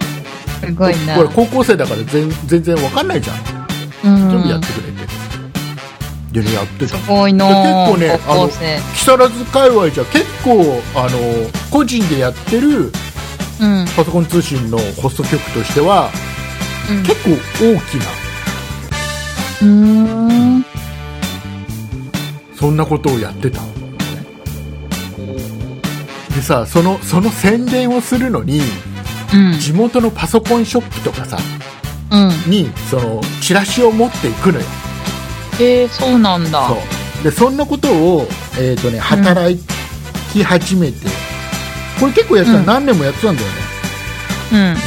Speaker 1: すごいな
Speaker 2: これ高校生だから全全然わかんないじゃん
Speaker 1: うん
Speaker 2: 全部やってくれて、でねやって
Speaker 1: す
Speaker 2: た
Speaker 1: ごいの
Speaker 2: 結構ね
Speaker 1: 高校生
Speaker 2: 木更津界隈じゃ結構あの個人でやってる
Speaker 1: うんうん
Speaker 2: パソコン通信のホスト局としては結構大きな
Speaker 1: うん
Speaker 2: そんなことをやってたのねでさそのその宣伝をするのに
Speaker 1: うん
Speaker 2: 地元のパソコンショップとかさ
Speaker 1: うん
Speaker 2: にそのチラシを持っていくのよ
Speaker 1: えーそうなんだ
Speaker 2: そうでそんなことを、えーとね、働き始めて、これ結構やってた、
Speaker 1: うん
Speaker 2: 何年もやってたんだよね
Speaker 1: うん
Speaker 2: でね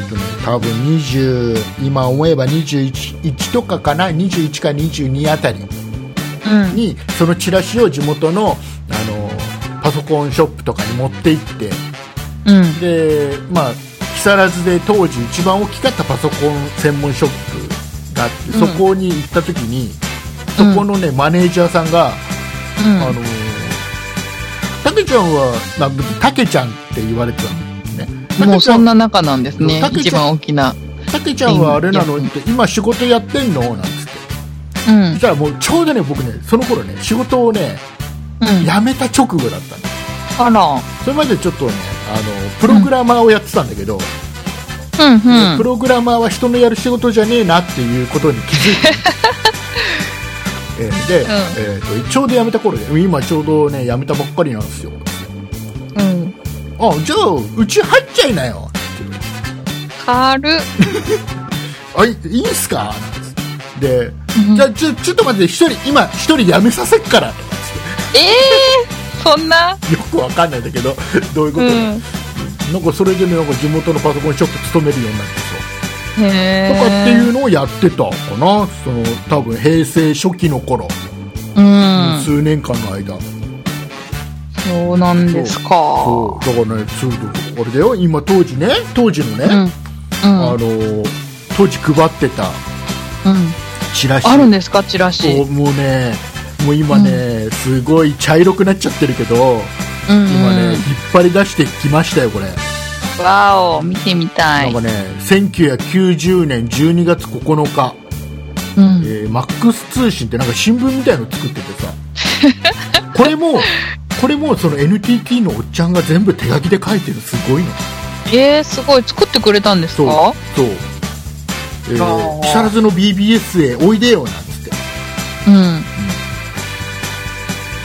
Speaker 2: えーとね多分20今思えば21 1とかかな21か22あたり
Speaker 1: うん
Speaker 2: にそのチラシを地元のあのパソコンショップとかに持って行って
Speaker 1: うん
Speaker 2: でまあ木更津で当時一番大きかったパソコン専門ショップがあって
Speaker 1: うん
Speaker 2: そこに行った時に、
Speaker 1: うん
Speaker 2: そこのねマネージャーさんが「あ
Speaker 1: う
Speaker 2: のーたけちゃんはまあたけちゃん」って言われてたんだよね
Speaker 1: んもうそん
Speaker 2: な
Speaker 1: な中なんですね
Speaker 2: たけちゃん
Speaker 1: 一番大きな
Speaker 2: たけちゃんはあれなのっ
Speaker 1: いや
Speaker 2: て今仕事やってんのなんつって
Speaker 1: うん
Speaker 2: そしたらもうちょうどね僕ねその頃ね仕事をね
Speaker 1: うん
Speaker 2: 辞めた直後だったんです
Speaker 1: あら
Speaker 2: それまでちょっとねあのプログラマーをやってたんだけど、
Speaker 1: うんうん
Speaker 2: プログラマーは人のやる仕事じゃねえなっていうことに 気づいてえーで、えーとちょうど辞めた頃で今ちょうどね辞めたばっかりなんですよ
Speaker 1: うん
Speaker 2: あじゃあうち入っちゃいなよって言われて
Speaker 1: 軽っ
Speaker 2: あいいいんすかなんつってで、
Speaker 1: うん
Speaker 2: じゃあちょちょっと待って一人今一人辞めさせっからよ
Speaker 1: えー、そんな
Speaker 2: くわかんないんだけど どういうこ
Speaker 1: う
Speaker 2: と、
Speaker 1: ん。
Speaker 2: なんかそれでねなんか地元のパソコンショップ勤めるようになってさ
Speaker 1: へ
Speaker 2: と
Speaker 1: ー
Speaker 2: かっていうのをやってたかなその多分平成初期の頃、
Speaker 1: うん。
Speaker 2: 数年間の間
Speaker 1: そうなんですか。
Speaker 2: そうだからねそうあれだよ今当時ね当時のね、
Speaker 1: うん。うん
Speaker 2: あ。の当時配ってた
Speaker 1: うん。
Speaker 2: チラシ
Speaker 1: あるんですか、チラシ。
Speaker 2: もうねもう今ね、すごい茶色くなっちゃってるけど
Speaker 1: うん、うん。
Speaker 2: 今ね、引っ張り出してきましたよこれ、
Speaker 1: わお、見てみたい
Speaker 2: なん。かね1990年12月9日、
Speaker 1: うん。
Speaker 2: えー、マックス通信ってなんか新聞みたいの作ってて さこれもこれもその NTT のおっちゃんが全部手書きで書いてるすごいの
Speaker 1: えー、すごい。作ってくれたんです
Speaker 2: そう
Speaker 1: か
Speaker 2: そう、え
Speaker 1: あ
Speaker 2: ー、
Speaker 1: ー
Speaker 2: 木更津の BBS へおいでよなんつって
Speaker 1: うん。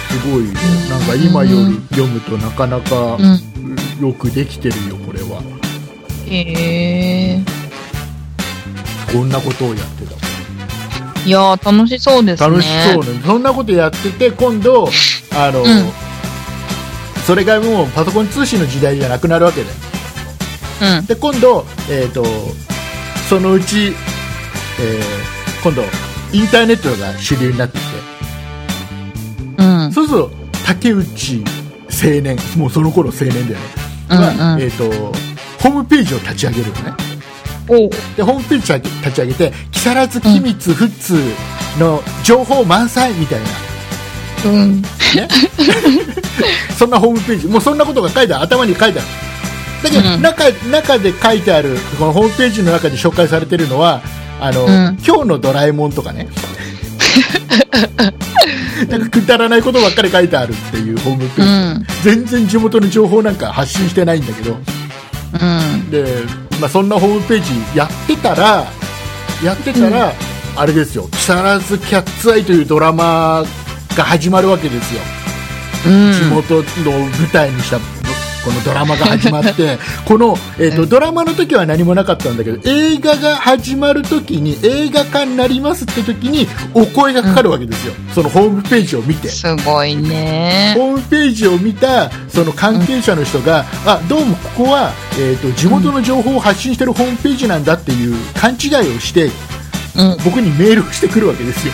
Speaker 2: すごいよなんか今より読むとなかなか
Speaker 1: うん。
Speaker 2: よくできてるよこれは
Speaker 1: えー。
Speaker 2: こんなことをやってた
Speaker 1: いやー、楽しそうですね。
Speaker 2: 楽しそうねそんなことやってて今度あの、
Speaker 1: うん
Speaker 2: それがもうパソコン通信の時代じゃなくなるわけだよ
Speaker 1: うん。
Speaker 2: で今度、えー、とそのうち、えー今度インターネットが主流になってきて
Speaker 1: うん。
Speaker 2: そうすると竹内青年もうその頃青年だよね、
Speaker 1: うん。うん
Speaker 2: が。えー、とホームページを立ち上げるのね
Speaker 1: おう
Speaker 2: でホームページ立ち上げて木更津機密富津の情報満載みたいな、
Speaker 1: うん。
Speaker 2: ね、そんなホームページもうそんなことが書いてある頭に書いてあるだけど、
Speaker 1: うん
Speaker 2: 中中で書いてあるこのホームページの中で紹介されてるのはあの、
Speaker 1: うん
Speaker 2: 今日のドラえもんと かねなんかくだらないことばっかり書いてあるっていうホームペ
Speaker 1: う
Speaker 2: ージ、
Speaker 1: ん。
Speaker 2: 全然地元の情報なんか発信してないんだけど
Speaker 1: うん。
Speaker 2: で、まあ、そんなホームページやってたらやってたら、あれですよ「木更津キャッツアイ」というドラマが始まるわけですよ
Speaker 1: うん。
Speaker 2: 地元の舞台にしたこのドラマが始まって この、えーと
Speaker 1: うん
Speaker 2: ドラマの時は何もなかったんだけど映画が始まる時に映画化になりますって時にお声がかかるわけですよ、そのホームページを見て。
Speaker 1: すごいね。
Speaker 2: ホームページを見たその関係者の人が、あどうもここは、えー、と地元の情報を発信してるホームページなんだっていう勘違いをして
Speaker 1: うん。うん。
Speaker 2: 僕にメールをしてくるわけですよ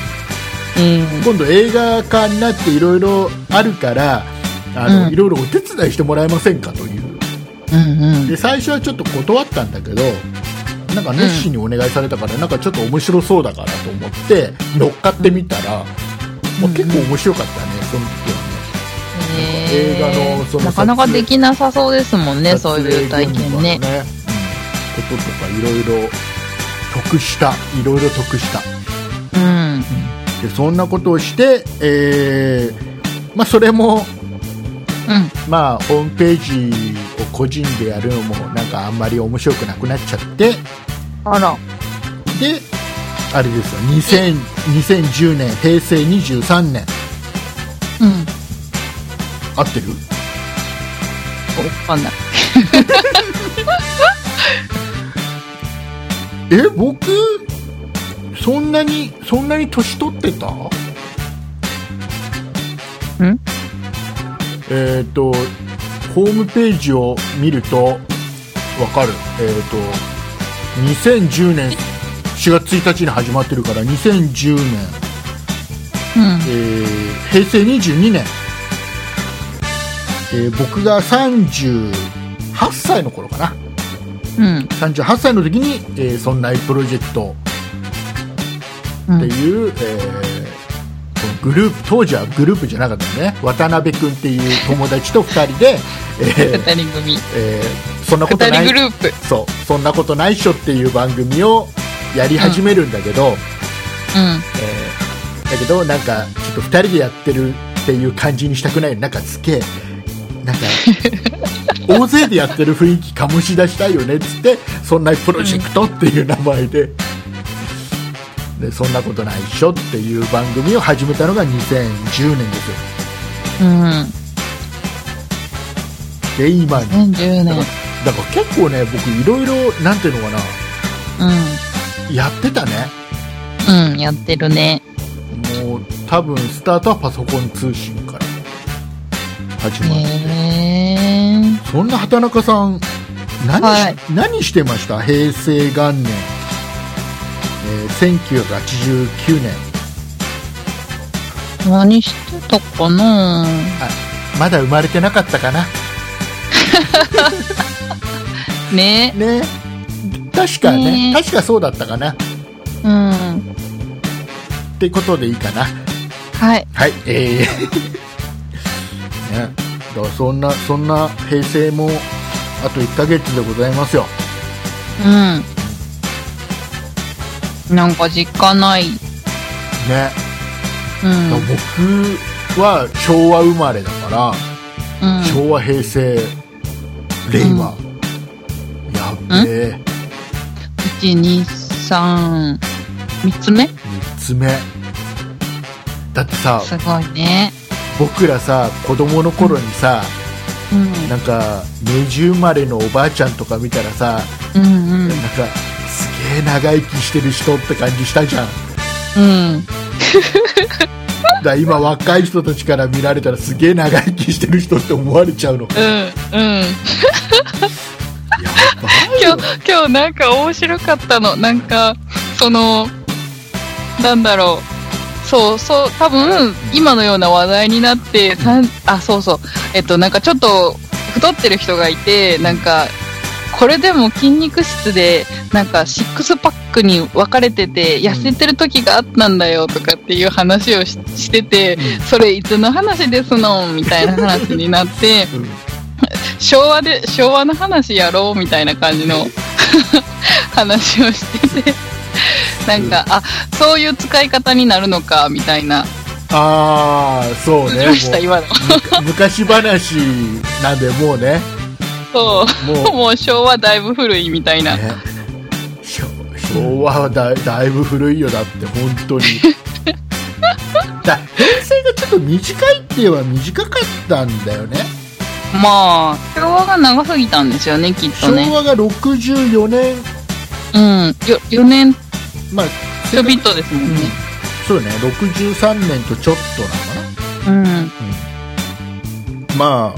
Speaker 2: 今度映画化になっていろいろあるからあの、
Speaker 1: うん
Speaker 2: いろいろお手伝いしてもらえませんかという
Speaker 1: うん。うん。
Speaker 2: で最初はちょっと断ったんだけどなんか熱心にお願いされたから、なんかちょっと面白そうだからと思って乗っかってみたら、まあ、結構面白かったねその時はね。映画のその撮影
Speaker 1: なかなかできなさそうですもんね、
Speaker 2: 撮
Speaker 1: そう
Speaker 2: 影
Speaker 1: いう体
Speaker 2: 現場
Speaker 1: 験
Speaker 2: の
Speaker 1: ね。
Speaker 2: こととかいろいろ得したいろいろ得した
Speaker 1: うん。
Speaker 2: でそんなことをして、えーまあ、それも、
Speaker 1: うん。
Speaker 2: まあ、ホームページを個人でやるのもなんかあんまり面白くなくなっちゃってで
Speaker 1: あら。
Speaker 2: あれですよ2000 2010年平成23年
Speaker 1: うん。
Speaker 2: 合ってる
Speaker 1: わかんない。
Speaker 2: え僕そんなにそんなに年取ってた
Speaker 1: ん
Speaker 2: えっ、とホームページを見るとわかるえっ、と2010年4月1日に始まってるから2010年、
Speaker 1: うん
Speaker 2: え。ー平成22年、えー僕が38歳の頃かな
Speaker 1: うん。
Speaker 2: 38歳の時に、えーそんなプロジェクト
Speaker 1: う
Speaker 2: って
Speaker 1: ん。
Speaker 2: いう、えーこのグループ当時はグループじゃなかったよね渡辺君っていう友達と2人で、えー
Speaker 1: 二人組。
Speaker 2: えーそんなこと
Speaker 1: 二
Speaker 2: な
Speaker 1: 人グ
Speaker 2: い
Speaker 1: ループ。
Speaker 2: そうそんなことないっしょっていう番組をやり始めるんだけど、え
Speaker 1: うん。
Speaker 2: ーだけどなんかちょっと2人でやってるっていう感じにしたくないなんかすげえなんか大勢でやってる雰囲気醸し出したいよねっつってそんなプロジェクトっていう名前で,、でそんなことないっしょっていう番組を始めたのが2010年ですよ
Speaker 1: うん。
Speaker 2: で今
Speaker 1: 2010
Speaker 2: にだ
Speaker 1: 年
Speaker 2: か。らだから結構ね僕いろいろなんていうのかな
Speaker 1: うん。
Speaker 2: やってたね
Speaker 1: うん、やってるね。
Speaker 2: もう多分スタートはパソコン通信から始
Speaker 1: へ
Speaker 2: まって、
Speaker 1: えー。
Speaker 2: そんな畑中さん何し,、
Speaker 1: はい
Speaker 2: 何してました平成元年、えー1989年
Speaker 1: 何してたかな
Speaker 2: まだ生まれてなかったかな
Speaker 1: ね。
Speaker 2: ね確か
Speaker 1: ね
Speaker 2: ね確かそうだったかなっ
Speaker 1: うん。
Speaker 2: てことでいいかな
Speaker 1: はい。
Speaker 2: はいえー ねだからそんなそんな平成もあと1ヶ月でございますよ
Speaker 1: うん。なんか実家ない。
Speaker 2: ね
Speaker 1: うん。うん。
Speaker 2: 僕は昭和生まれだから、昭和平成令和、やっべえ
Speaker 1: 1、2、3、3つ目
Speaker 2: 3つ目だってさ
Speaker 1: すごいね。
Speaker 2: 僕らさ子供の頃にさ、
Speaker 1: う
Speaker 2: なんか明治生まれのおばあちゃんとか見たらさ、
Speaker 1: ん。うんうん
Speaker 2: なん。かすげえ長生きしてる人って感じしたじゃん
Speaker 1: うん。
Speaker 2: だから今若い人たちから見られたらすげえ長生きしてる人って思われちゃうの
Speaker 1: うん。うん。
Speaker 2: やばい
Speaker 1: 今
Speaker 2: よ
Speaker 1: 日 今日なんか面白かったのなんかそのなんだろうそうそう多分今のような話題になってさんあそうそうえっとなんかちょっと太ってる人がいてなんかこれでも筋肉質でなんかシックスパックに分かれてて痩せてる時があったんだよとかっていう話をししててそれいつの話ですのみたいな話になって
Speaker 2: うん
Speaker 1: 昭和で昭和の話やろうみたいな感じの 話をしててなんか、あそういう使い方になるのかみたいな
Speaker 2: ああそう
Speaker 1: 通
Speaker 2: ね
Speaker 1: じました今の
Speaker 2: もうむ昔話なんでもうね
Speaker 1: そ
Speaker 2: も
Speaker 1: うもう昭和だいぶ古いみたいな、
Speaker 2: ね、昭昭和はだだいぶ古いよだって本 当にだ平成がちょっと短いって言えば短かったんだよね
Speaker 1: まあ昭和が長すぎたんですよねきっと
Speaker 2: 昭
Speaker 1: ね
Speaker 2: 和が64年
Speaker 1: うんよ4年
Speaker 2: まあ
Speaker 1: ちょびっとですもんね
Speaker 2: そうね63年とちょっとなのか
Speaker 1: うん、
Speaker 2: なまあ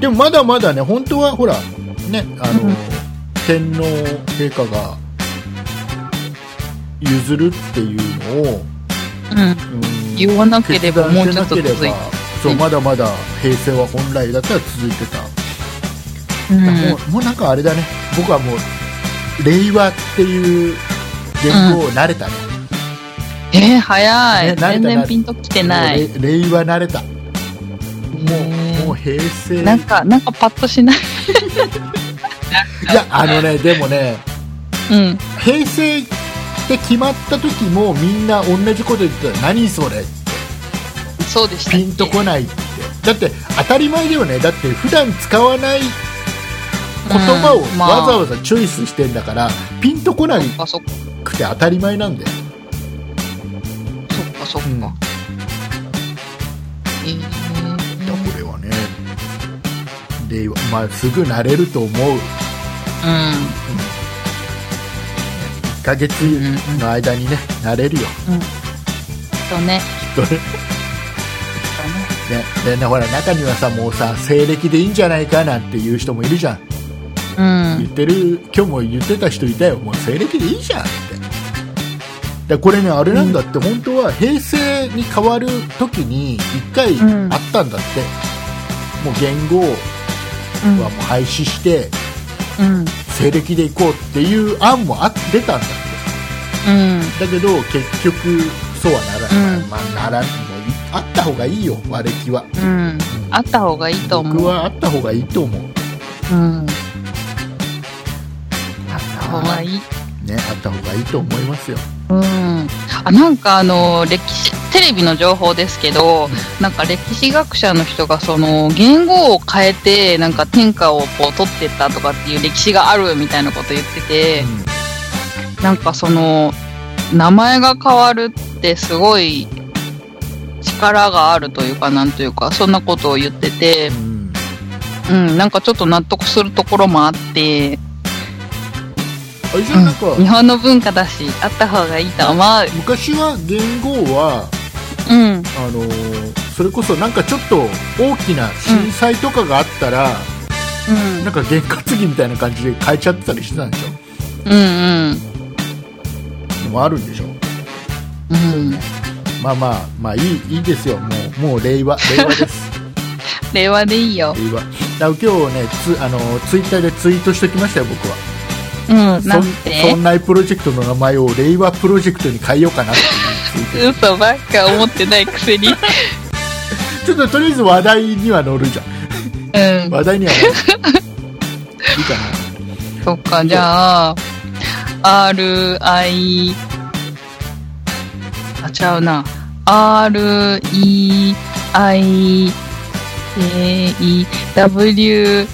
Speaker 2: でもまだまだね本当はほらねあの、
Speaker 1: うん
Speaker 2: 天皇陛下が譲るっていうのを、
Speaker 1: うん、
Speaker 2: うん
Speaker 1: 言わなければもうちょっと続い
Speaker 2: 決断してなけれ
Speaker 1: て
Speaker 2: ばそうまだまだ平成は本来だったら続いてた、
Speaker 1: うん
Speaker 2: もうもうなんかあれだね僕はもう令和っていう言語を慣れたね,
Speaker 1: えー、早
Speaker 2: ね
Speaker 1: い
Speaker 2: 慣れた
Speaker 1: 全
Speaker 2: 慣れ
Speaker 1: 然
Speaker 2: た
Speaker 1: ピンときて
Speaker 2: もう
Speaker 1: ない、
Speaker 2: れ、令和慣れたもうも
Speaker 1: ね
Speaker 2: う平成
Speaker 1: えなんかなんかパッとしない
Speaker 2: いやあのねでもね
Speaker 1: うん
Speaker 2: 平成って決まった時もみんな同じこと言ってた何それ
Speaker 1: そうでしたっけ
Speaker 2: ピンとこないってだって当たり前だよねだって普段使わない言葉を
Speaker 1: うんまあ
Speaker 2: わざわざチョイスしてんだから、ピンとこな
Speaker 1: そっかそっか
Speaker 2: くて当たり前なんだよ、
Speaker 1: そっかそっか、
Speaker 2: うん、
Speaker 1: え
Speaker 2: だこ
Speaker 1: ー
Speaker 2: れはね令和まあすぐ慣れると思う1ヶ月の間にね慣れるよ
Speaker 1: うんうんそうね
Speaker 2: きっと
Speaker 1: そ
Speaker 2: ね
Speaker 1: うね
Speaker 2: ねでねほら中にはさもうさ西暦でいいんじゃないかなんていう人もいるじゃん
Speaker 1: う
Speaker 2: 言
Speaker 1: ん
Speaker 2: ってる今日も言ってた人いたよもう西暦でいいじゃんってでこれねあれなんだって、本当は平成に変わる時に1回
Speaker 1: うん
Speaker 2: あったんだって、もう言語は
Speaker 1: うん
Speaker 2: もう廃止して
Speaker 1: うん
Speaker 2: 西暦で行こうっていう案もあ出たんだっ
Speaker 1: う
Speaker 2: て
Speaker 1: ん
Speaker 2: だけど結局そうはならない、
Speaker 1: うん
Speaker 2: まあならもういあった方がいいよ和暦は
Speaker 1: うんあった方がいいと思う
Speaker 2: 僕はあった方がいいと思う
Speaker 1: うん方がいい
Speaker 2: ねあった方がいいと思いますよ
Speaker 1: うん、あなんかあの歴史テレビの情報ですけどなんか歴史学者の人がその言語を変えてなんか天下をこう取ってったとかっていう歴史があるみたいなこと言ってて、なんかその名前が変わるってすごい力があるというかなんというかそんなことを言ってて
Speaker 2: う、ん
Speaker 1: うん、なんかちょっと納得するところもあって
Speaker 2: あれじゃんなんか、
Speaker 1: 日本の文化だしあった方がいいと思う
Speaker 2: 昔は元号は
Speaker 1: うん
Speaker 2: あのーそれこそなんかちょっと大きな震災とかがあったら、なんか験担ぎみたいな感じで変えちゃってたりしてたんでしょ
Speaker 1: うんうん
Speaker 2: でもあるんでしょ
Speaker 1: うんうん
Speaker 2: まあまあまあいいいいですよもうもう令和令和です
Speaker 1: 令和でいいよ
Speaker 2: 令和だから今日ねつあのツイッターでツイートしてきましたよ僕は
Speaker 1: うんなん
Speaker 2: そ
Speaker 1: て
Speaker 2: そんないプロジェクトの名前を令和プロジェクトに変えようかなっていうツイー
Speaker 1: 嘘ばっか思ってないくせにう
Speaker 2: トちょっととりあえず話題には乗るじゃん
Speaker 1: ん
Speaker 2: 話題には乗るいいかな
Speaker 1: そっかじゃあ RI あちゃうな REI AEWA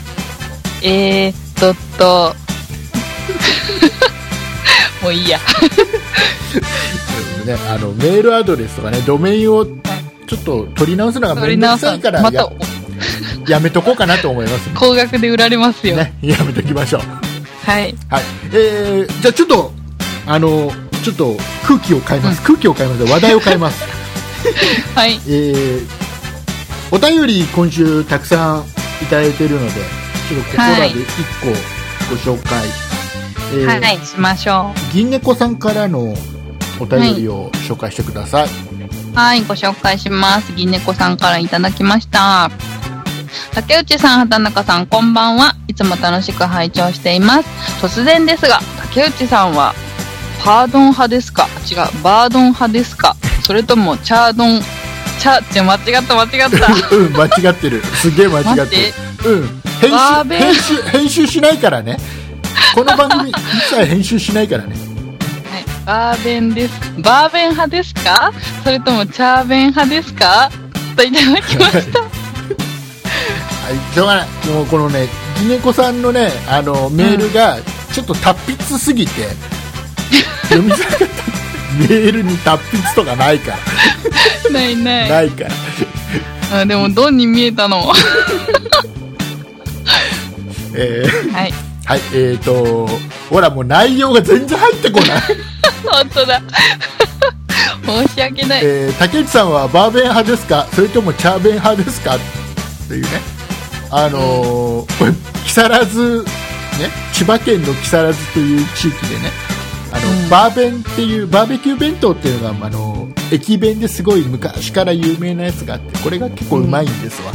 Speaker 1: ドット もういいや
Speaker 2: ね、あのメールアドレスとかねドメインをちょっと取り直すのが
Speaker 1: そ
Speaker 2: め
Speaker 1: れ
Speaker 2: んど
Speaker 1: な
Speaker 2: くさ
Speaker 1: さ
Speaker 2: いから
Speaker 1: ま
Speaker 2: や
Speaker 1: た
Speaker 2: やめとこうかなと思います
Speaker 1: 高額で売られますよ、
Speaker 2: ねやめときましょう、
Speaker 1: はい
Speaker 2: はいえー、じゃあちょっとあのちょっと空気を変えます、空気を変えます話題を変えます
Speaker 1: はい
Speaker 2: えー、お便り今週たくさんいただいてるのでちょっとここらで1個ご紹介、えー
Speaker 1: はいしましょ
Speaker 2: 銀猫さんからのお便りを紹介してください、
Speaker 1: うはいご紹介します銀猫さんからいただきました竹内さん畑中さんこんばんはいつも楽しく拝聴しています突然ですが竹内さんはパードン派ですか違うバードン派ですかそれともチャードンチャ違う間違った 間違った
Speaker 2: うん、間違ってる。すげえ間違ってる。うん。編
Speaker 1: わー
Speaker 2: 集、
Speaker 1: べ
Speaker 2: 編集、編集しないからね。この番 組、一切編集しないからね。
Speaker 1: はい、バーベンです。バーベン派ですか？それともチャーベン派ですか？といただきました。
Speaker 2: はい、しょうがない。もうこのね、ギネコさんのね、あの、メールが、ちょっと達筆すぎて、読みづらかった。メールに達筆とかないか
Speaker 1: ないな
Speaker 2: ら、
Speaker 1: い。
Speaker 2: ないから。
Speaker 1: あでもドンに見えた の。は
Speaker 2: えー、
Speaker 1: い。
Speaker 2: はい、えーと、ほら、もう内容が全然入ってこない。
Speaker 1: 本当だ。申し訳ない。
Speaker 2: えー竹内さんはバーベン派ですかそれともチャーベン派ですかっていうねあのーこれ木更津ね千葉県の木更津という地域でねあの、
Speaker 1: うん
Speaker 2: バーベンっていうバーベキュー弁当っていうのが、あの駅弁ですごい昔から有名なやつがあってこれが結構うまいんですわ、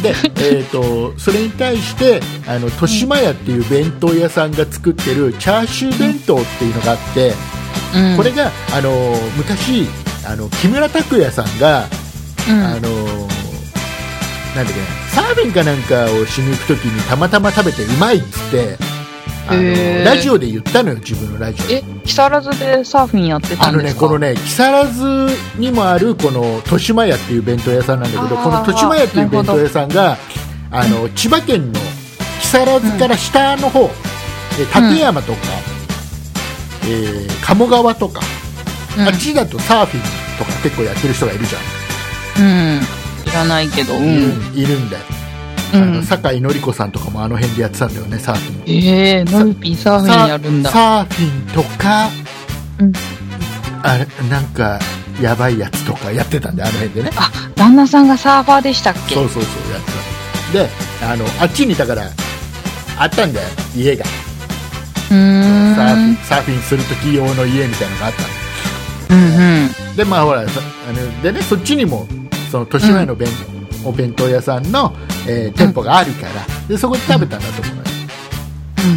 Speaker 2: で、えー、とそれに対してあの豊島屋っていう弁当屋さんが作ってるチャーシュー弁当っていうのがあって、
Speaker 1: うん
Speaker 2: これが、あのー昔あの木村拓哉さんが、
Speaker 1: うん
Speaker 2: あのーなんだっけなサーメンかなんかをしに行く時にたまたま食べてうまいっつって、あのー
Speaker 1: へー
Speaker 2: ラジオで言ったのよ自分のラジオで
Speaker 1: え、木更津でサーフィンやって
Speaker 2: あ
Speaker 1: たん
Speaker 2: の
Speaker 1: で
Speaker 2: ね
Speaker 1: すか？
Speaker 2: このね木更津にもあるこの豊島屋っていう弁当屋さんなんだけど
Speaker 1: あー
Speaker 2: この豊島屋っていう弁当屋さんがあの千葉県の木更津から下の方、え館山とか、えー鴨川とか
Speaker 1: うん
Speaker 2: あっちだとサーフィンとか結構やってる人がいるじゃ、
Speaker 1: うん。知らないけど。うんん。
Speaker 2: いるんだよ、
Speaker 1: う
Speaker 2: あの
Speaker 1: ん。
Speaker 2: 酒井紀子さんとかもあの辺でやってたんだよねサーフィン
Speaker 1: えー、のりぴーサーフィンやるんだ。
Speaker 2: サーフィンとか、
Speaker 1: うん
Speaker 2: あれなんかやばいやつとかやってたんであの辺でね
Speaker 1: あ、旦那さんがサーファーでしたっけ？
Speaker 2: そうそうそうやってたであのあっちにだからあったんだよ家が
Speaker 1: うーん。
Speaker 2: サーフィンサーフィンする時用の家みたいなのがあったんだ
Speaker 1: うんうん。
Speaker 2: でまあほらそあのでねそっちにもその豊島屋の弁、お弁当屋さんの、えー店舗があるからでそこで食べたんだと思うのよ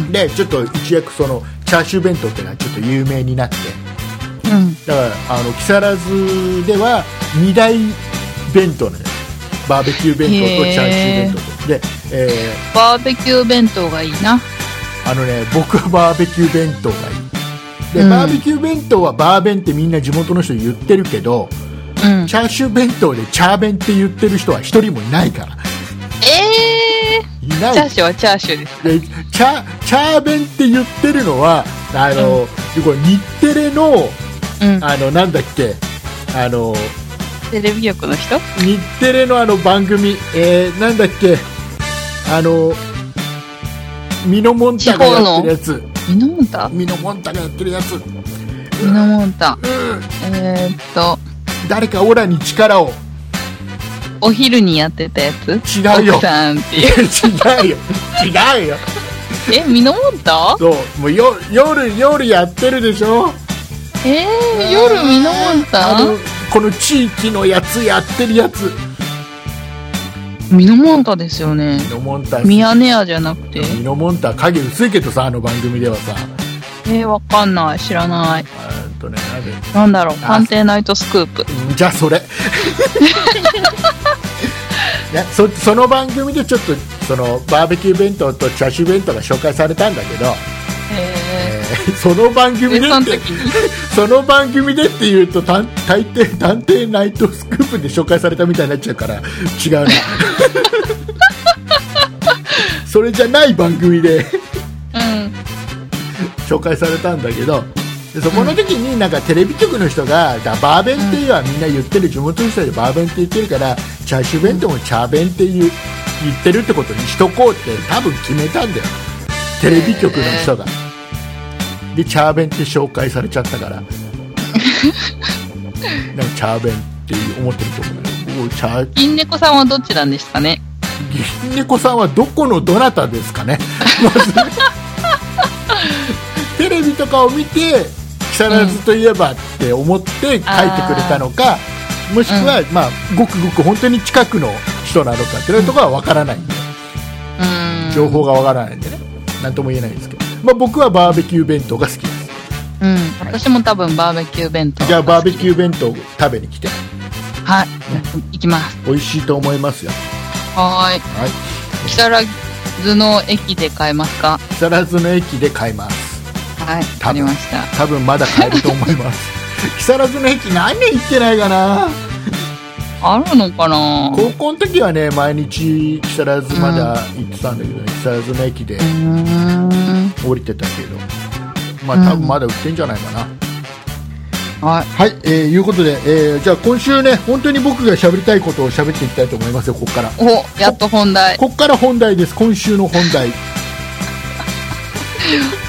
Speaker 1: うん
Speaker 2: でちょっと一躍そのチャーシュー弁当っていうのはちょっと有名になって
Speaker 1: うん。
Speaker 2: だからあの木更津では2大弁当なのよバーベキュー弁当とチャーシュー弁当とで、え
Speaker 1: バーベキュー弁当がいいな。
Speaker 2: ーあのね僕はバーベキュー弁当がいいで、
Speaker 1: うん
Speaker 2: バーベキュー弁当はバーベンってみんな地元の人言ってるけど、
Speaker 1: うん。
Speaker 2: チャーシュー弁当でチャー弁って言ってる人は一人もいないから。
Speaker 1: えー、
Speaker 2: いな
Speaker 1: チャー
Speaker 2: い。
Speaker 1: シューはチャーシューです。
Speaker 2: でチャチャー弁って言ってるのは、あの、これ日テレの、
Speaker 1: うん。
Speaker 2: あの、なんだっけ、あの、
Speaker 1: テレビ局の人
Speaker 2: 日テレのあの番組、えー、なんだっけ、あの、ミノモンタがやってるやつ。
Speaker 1: ミノモンタ
Speaker 2: ミノモンタがやってるやつ、
Speaker 1: ミノモンタ。えー、っと、
Speaker 2: 誰かオラに力を
Speaker 1: お昼にやってたやつ
Speaker 2: 違うよ
Speaker 1: 奥さんって
Speaker 2: い
Speaker 1: いう。
Speaker 2: や 違うよ違うよ
Speaker 1: え、ミノモンタ
Speaker 2: そうもうよ夜夜やってるでしょ
Speaker 1: えー、夜ミノモンタ
Speaker 2: あのこの地域のやつやってるやつ
Speaker 1: ミノモンタですよね
Speaker 2: ミ。ノモンタ
Speaker 1: ミヤネ屋じゃなくて。
Speaker 2: ミノモンタ影薄いけどさあの番組ではさ
Speaker 1: えー、わかんない。知らない。
Speaker 2: えーっとねなんで
Speaker 1: なんだろう。探偵ナイトスクープ。
Speaker 2: うんじゃ あそれね、そその番組でちょっとそのバーベキュー弁当とチャーシュー弁当が紹介されたんだけど、
Speaker 1: え
Speaker 2: えー その番組でっ
Speaker 1: えその
Speaker 2: て
Speaker 1: 時
Speaker 2: その番組でって言うとたん大抵探偵ナイトスクープで紹介されたみたいになっちゃうから違う なそれじゃない番組で
Speaker 1: ー、うん。
Speaker 2: 紹介されたんだけどでそこの時になんかテレビ局の人がだバーベンっていうのはみんな言ってる地元の人でバーベンって言ってるからチャーシュー弁当もチャー弁って言う言ってるってことにしとこうって多分決めたんだよテレビ局の人が。でチャー弁って紹介されちゃったから なんかチャー弁って思ってると思うよもうチャー
Speaker 1: 銀猫さんはどっちなんですかね
Speaker 2: 銀猫さんはどこのどなたですかね まずねテレビとかを見て木更津といえばって思って書いてくれたのか、もしくは、まあ、ごくごく本当に近くの人なのかっていうところは分からないんで
Speaker 1: うーん。
Speaker 2: 情報が分からないんでね何とも言えないんですけど、まあ、僕はバーベキュー弁当が好きです
Speaker 1: うん。私も多分バーベキュー弁当。
Speaker 2: じゃあバーベキ
Speaker 1: ュ
Speaker 2: ュー弁当食べに来て
Speaker 1: ー。はい。行きます。
Speaker 2: 美味しいと思いますよ
Speaker 1: はーい。
Speaker 2: はい
Speaker 1: 木更津の駅で買えますか
Speaker 2: 木更津の駅で買います
Speaker 1: はい。わかりました。
Speaker 2: 多分まだ買えると思います 木更津の駅何年行ってないかな
Speaker 1: あるのかな
Speaker 2: 高校の時はね毎日木更津まだ行ってたんだけど、ね木更津の駅で
Speaker 1: うーん。
Speaker 2: 降りてたけどまあ多
Speaker 1: うん
Speaker 2: 分まだ売ってんじゃないかな、
Speaker 1: はい。
Speaker 2: はい、えー、いうことで、えーじゃあ今週ね本当に僕が喋りたいことを喋っていきたいと思いますよここから
Speaker 1: お、やっと本題。
Speaker 2: ここから本題です今週の本 題じ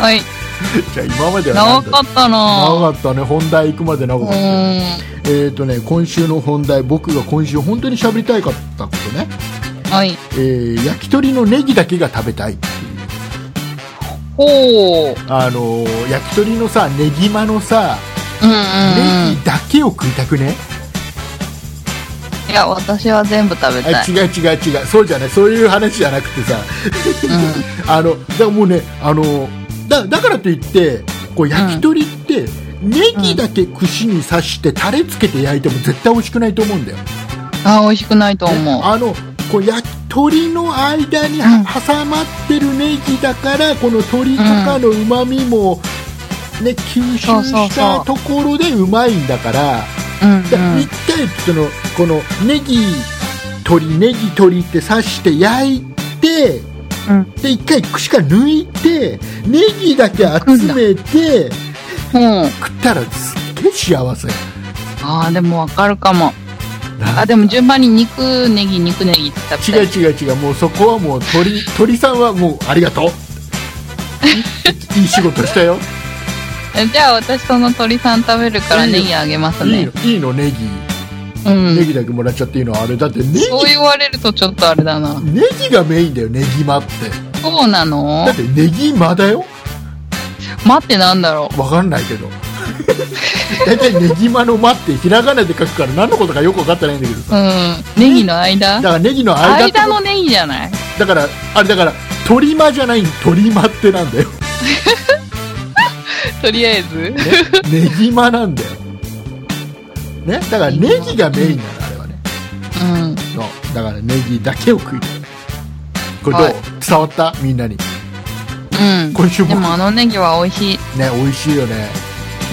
Speaker 1: はい。
Speaker 2: ゃあ今までは
Speaker 1: 長
Speaker 2: 何
Speaker 1: か
Speaker 2: だ
Speaker 1: ったなぁ。
Speaker 2: 長かったね本題行くまで長
Speaker 1: う
Speaker 2: かったね
Speaker 1: ーん。
Speaker 2: えーとね、今週の本題僕が今週本当に喋りたいかったことね、
Speaker 1: はい。
Speaker 2: えー焼き鳥のネギだけが食べたいっていう
Speaker 1: ほう。
Speaker 2: あのー焼き鳥のさネギマのさ、
Speaker 1: うんうんうん
Speaker 2: ネギだけを食いたくね、
Speaker 1: いや、私は全部食べ
Speaker 2: あ
Speaker 1: たい。
Speaker 2: 違う違う違うそうじゃないそういう話じゃなくてさ
Speaker 1: う
Speaker 2: あのだからもうねあのだだからといってこう焼き鳥って、ネギだけ串に刺してタレつけて焼いても絶対美味しくないと思うんだよ
Speaker 1: ん。あ、美味しくないと思う。
Speaker 2: あのこう焼き鳥の間に
Speaker 1: うん
Speaker 2: 挟まってるネギだから、この鶏とかのうまみも、ね、吸収
Speaker 1: そうそう
Speaker 2: し
Speaker 1: そ
Speaker 2: た
Speaker 1: う
Speaker 2: ところでうまいんだから
Speaker 1: うん、う
Speaker 2: だから
Speaker 1: ん
Speaker 2: 一。回そのこのネギ鶏ネギ鶏って刺して焼いて、
Speaker 1: うん
Speaker 2: で一回串から抜いてネギだけ集めて
Speaker 1: うん。
Speaker 2: 食ったらすっげえ幸せ
Speaker 1: あー、でもわかるかも。あ、でも順番に肉、ネギ、肉、ネギって食
Speaker 2: 違
Speaker 1: べた
Speaker 2: う
Speaker 1: い。
Speaker 2: 違う違うもうそこはもう鳥鳥さんはもうありが とういい仕事したよ
Speaker 1: えじゃあ私その鳥さん食べるからネギあげます
Speaker 2: いい
Speaker 1: ね
Speaker 2: の。いいのネギ、
Speaker 1: う
Speaker 2: ネ
Speaker 1: ん。
Speaker 2: ギだけもらっちゃっていいのあれだってネギ
Speaker 1: そう言われるとちょっとあれだな。
Speaker 2: ネギがメインだよネギマって
Speaker 1: そうなの
Speaker 2: だってネギマだよ
Speaker 1: 待ってなんだろ
Speaker 2: わかんない けど大体ネギマのマってひらがなで書くから何のことかよく分かってないんだけど
Speaker 1: う。
Speaker 2: さ
Speaker 1: うん。ネギの間
Speaker 2: だからネギの間って
Speaker 1: 間のネギじゃない
Speaker 2: だからあれだから鳥間じゃない鳥間ってな んだよ、ね、
Speaker 1: とりあえず。
Speaker 2: ネギマなんだよねだからネギがメインなのあれはね
Speaker 1: うん。
Speaker 2: そうだからネギだけを食いたいこれどう、
Speaker 1: はい
Speaker 2: 伝わったみんなに
Speaker 1: うん。
Speaker 2: 今週
Speaker 1: で
Speaker 2: もね
Speaker 1: もあのネギは美味しい。
Speaker 2: 美味しいよね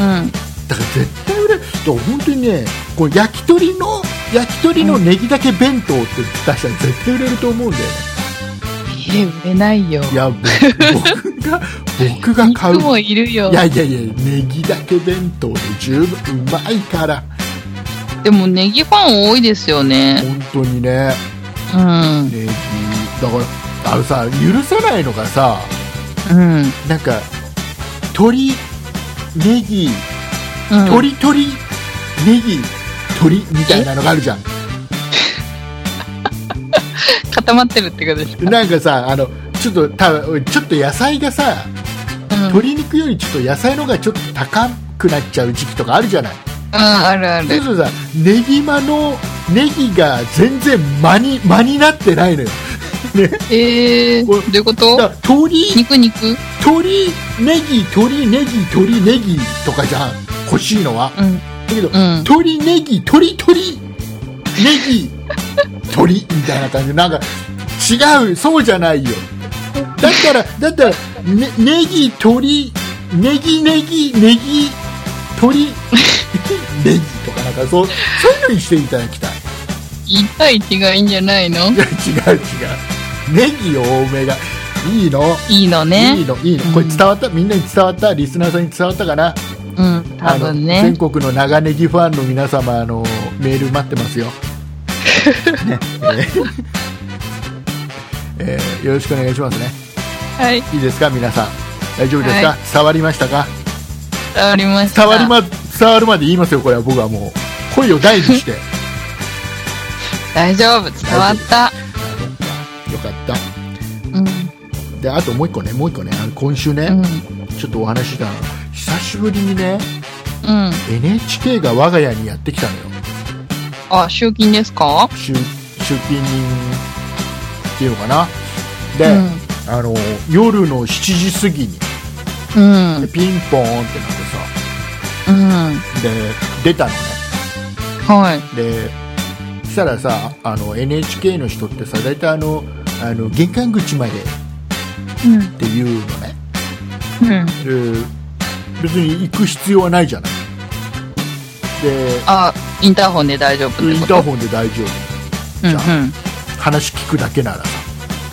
Speaker 1: うん。
Speaker 2: だから絶対売れるだから本当にねこう焼き鳥の焼き鳥のネギだけ弁当って出したら絶対売れると思うんだよね
Speaker 1: え、売れないよ。
Speaker 2: いやぼ僕が僕が買う
Speaker 1: 肉もいるよ
Speaker 2: い。やいやいやネギだけ弁当で十分うまいから
Speaker 1: でもネギファン多いですよね。
Speaker 2: 本当にね
Speaker 1: うん。
Speaker 2: ネギだからあのさ許せないのがさ
Speaker 1: うん。
Speaker 2: なんか鶏ネギ
Speaker 1: うん
Speaker 2: 鶏鶏ネギ鶏みたいなのがあるじゃん
Speaker 1: 固まってるってことですか
Speaker 2: なんかさあのちょっとたちょっと野菜がさ
Speaker 1: うん、うん、
Speaker 2: 鶏肉よりちょっと野菜の方がちょっと高くなっちゃう時期とかあるじゃない
Speaker 1: あるあ
Speaker 2: そう
Speaker 1: る
Speaker 2: するとさネギマのネギが全然間に間になってないのよ
Speaker 1: えー、ど
Speaker 2: お
Speaker 1: ういうこと
Speaker 2: だから鶏
Speaker 1: 肉肉
Speaker 2: 鶏ネギ鶏ネギ鶏ネギとかじゃん欲しいのは
Speaker 1: うん
Speaker 2: だけど、
Speaker 1: うん
Speaker 2: 鶏ネギ鶏鶏ネギ鶏みたいな感じなんか違うそうじゃないよだったらだったら、ね、ネギ鶏ネギネギネギ鶏ネギとかなんかそうそういうのにしていただきたい
Speaker 1: 1対1がいいんじゃないの
Speaker 2: いや違う違うネギ多めがいいの
Speaker 1: いいの
Speaker 2: いい
Speaker 1: ね
Speaker 2: のいいのこれ伝わった、みんなに伝わったリスナーさんに伝わったかな
Speaker 1: うん多分
Speaker 2: あの
Speaker 1: ね
Speaker 2: 全国の長ネギファンの皆様あのメール待ってま すよ、ねえーえーよろしくお願いしますね
Speaker 1: はい
Speaker 2: いいですか皆さん大丈夫ですか、
Speaker 1: は
Speaker 2: 伝わりましたか
Speaker 1: 伝わりました
Speaker 2: 伝わりま伝わるまで言いますよこれは僕はもう声を大にしてよ
Speaker 1: 大丈夫伝わった
Speaker 2: かった
Speaker 1: うん
Speaker 2: であともう一個ねもう一個ねあの今週ね、
Speaker 1: うん
Speaker 2: ちょっとお話ししたの久しぶりにね
Speaker 1: うん
Speaker 2: NHK が我が家にやってきたのよ
Speaker 1: あ集金ですか
Speaker 2: 集集金人っていうのかなで、
Speaker 1: うん
Speaker 2: あの夜の7時過ぎに
Speaker 1: うんうん
Speaker 2: でピンポーンってなってさで出たのね
Speaker 1: はい
Speaker 2: でそしたらさあの NHK の人ってさ大体あのあの玄関口までっ
Speaker 1: うん
Speaker 2: ていうのね
Speaker 1: うん
Speaker 2: で別に行く必要はないじゃないで
Speaker 1: あインターホンで大丈夫っ
Speaker 2: イ
Speaker 1: て
Speaker 2: ン
Speaker 1: こ
Speaker 2: ター
Speaker 1: と
Speaker 2: ホンで大丈
Speaker 1: うんう
Speaker 2: じゃあ
Speaker 1: ん
Speaker 2: 夫話聞くだけならさ、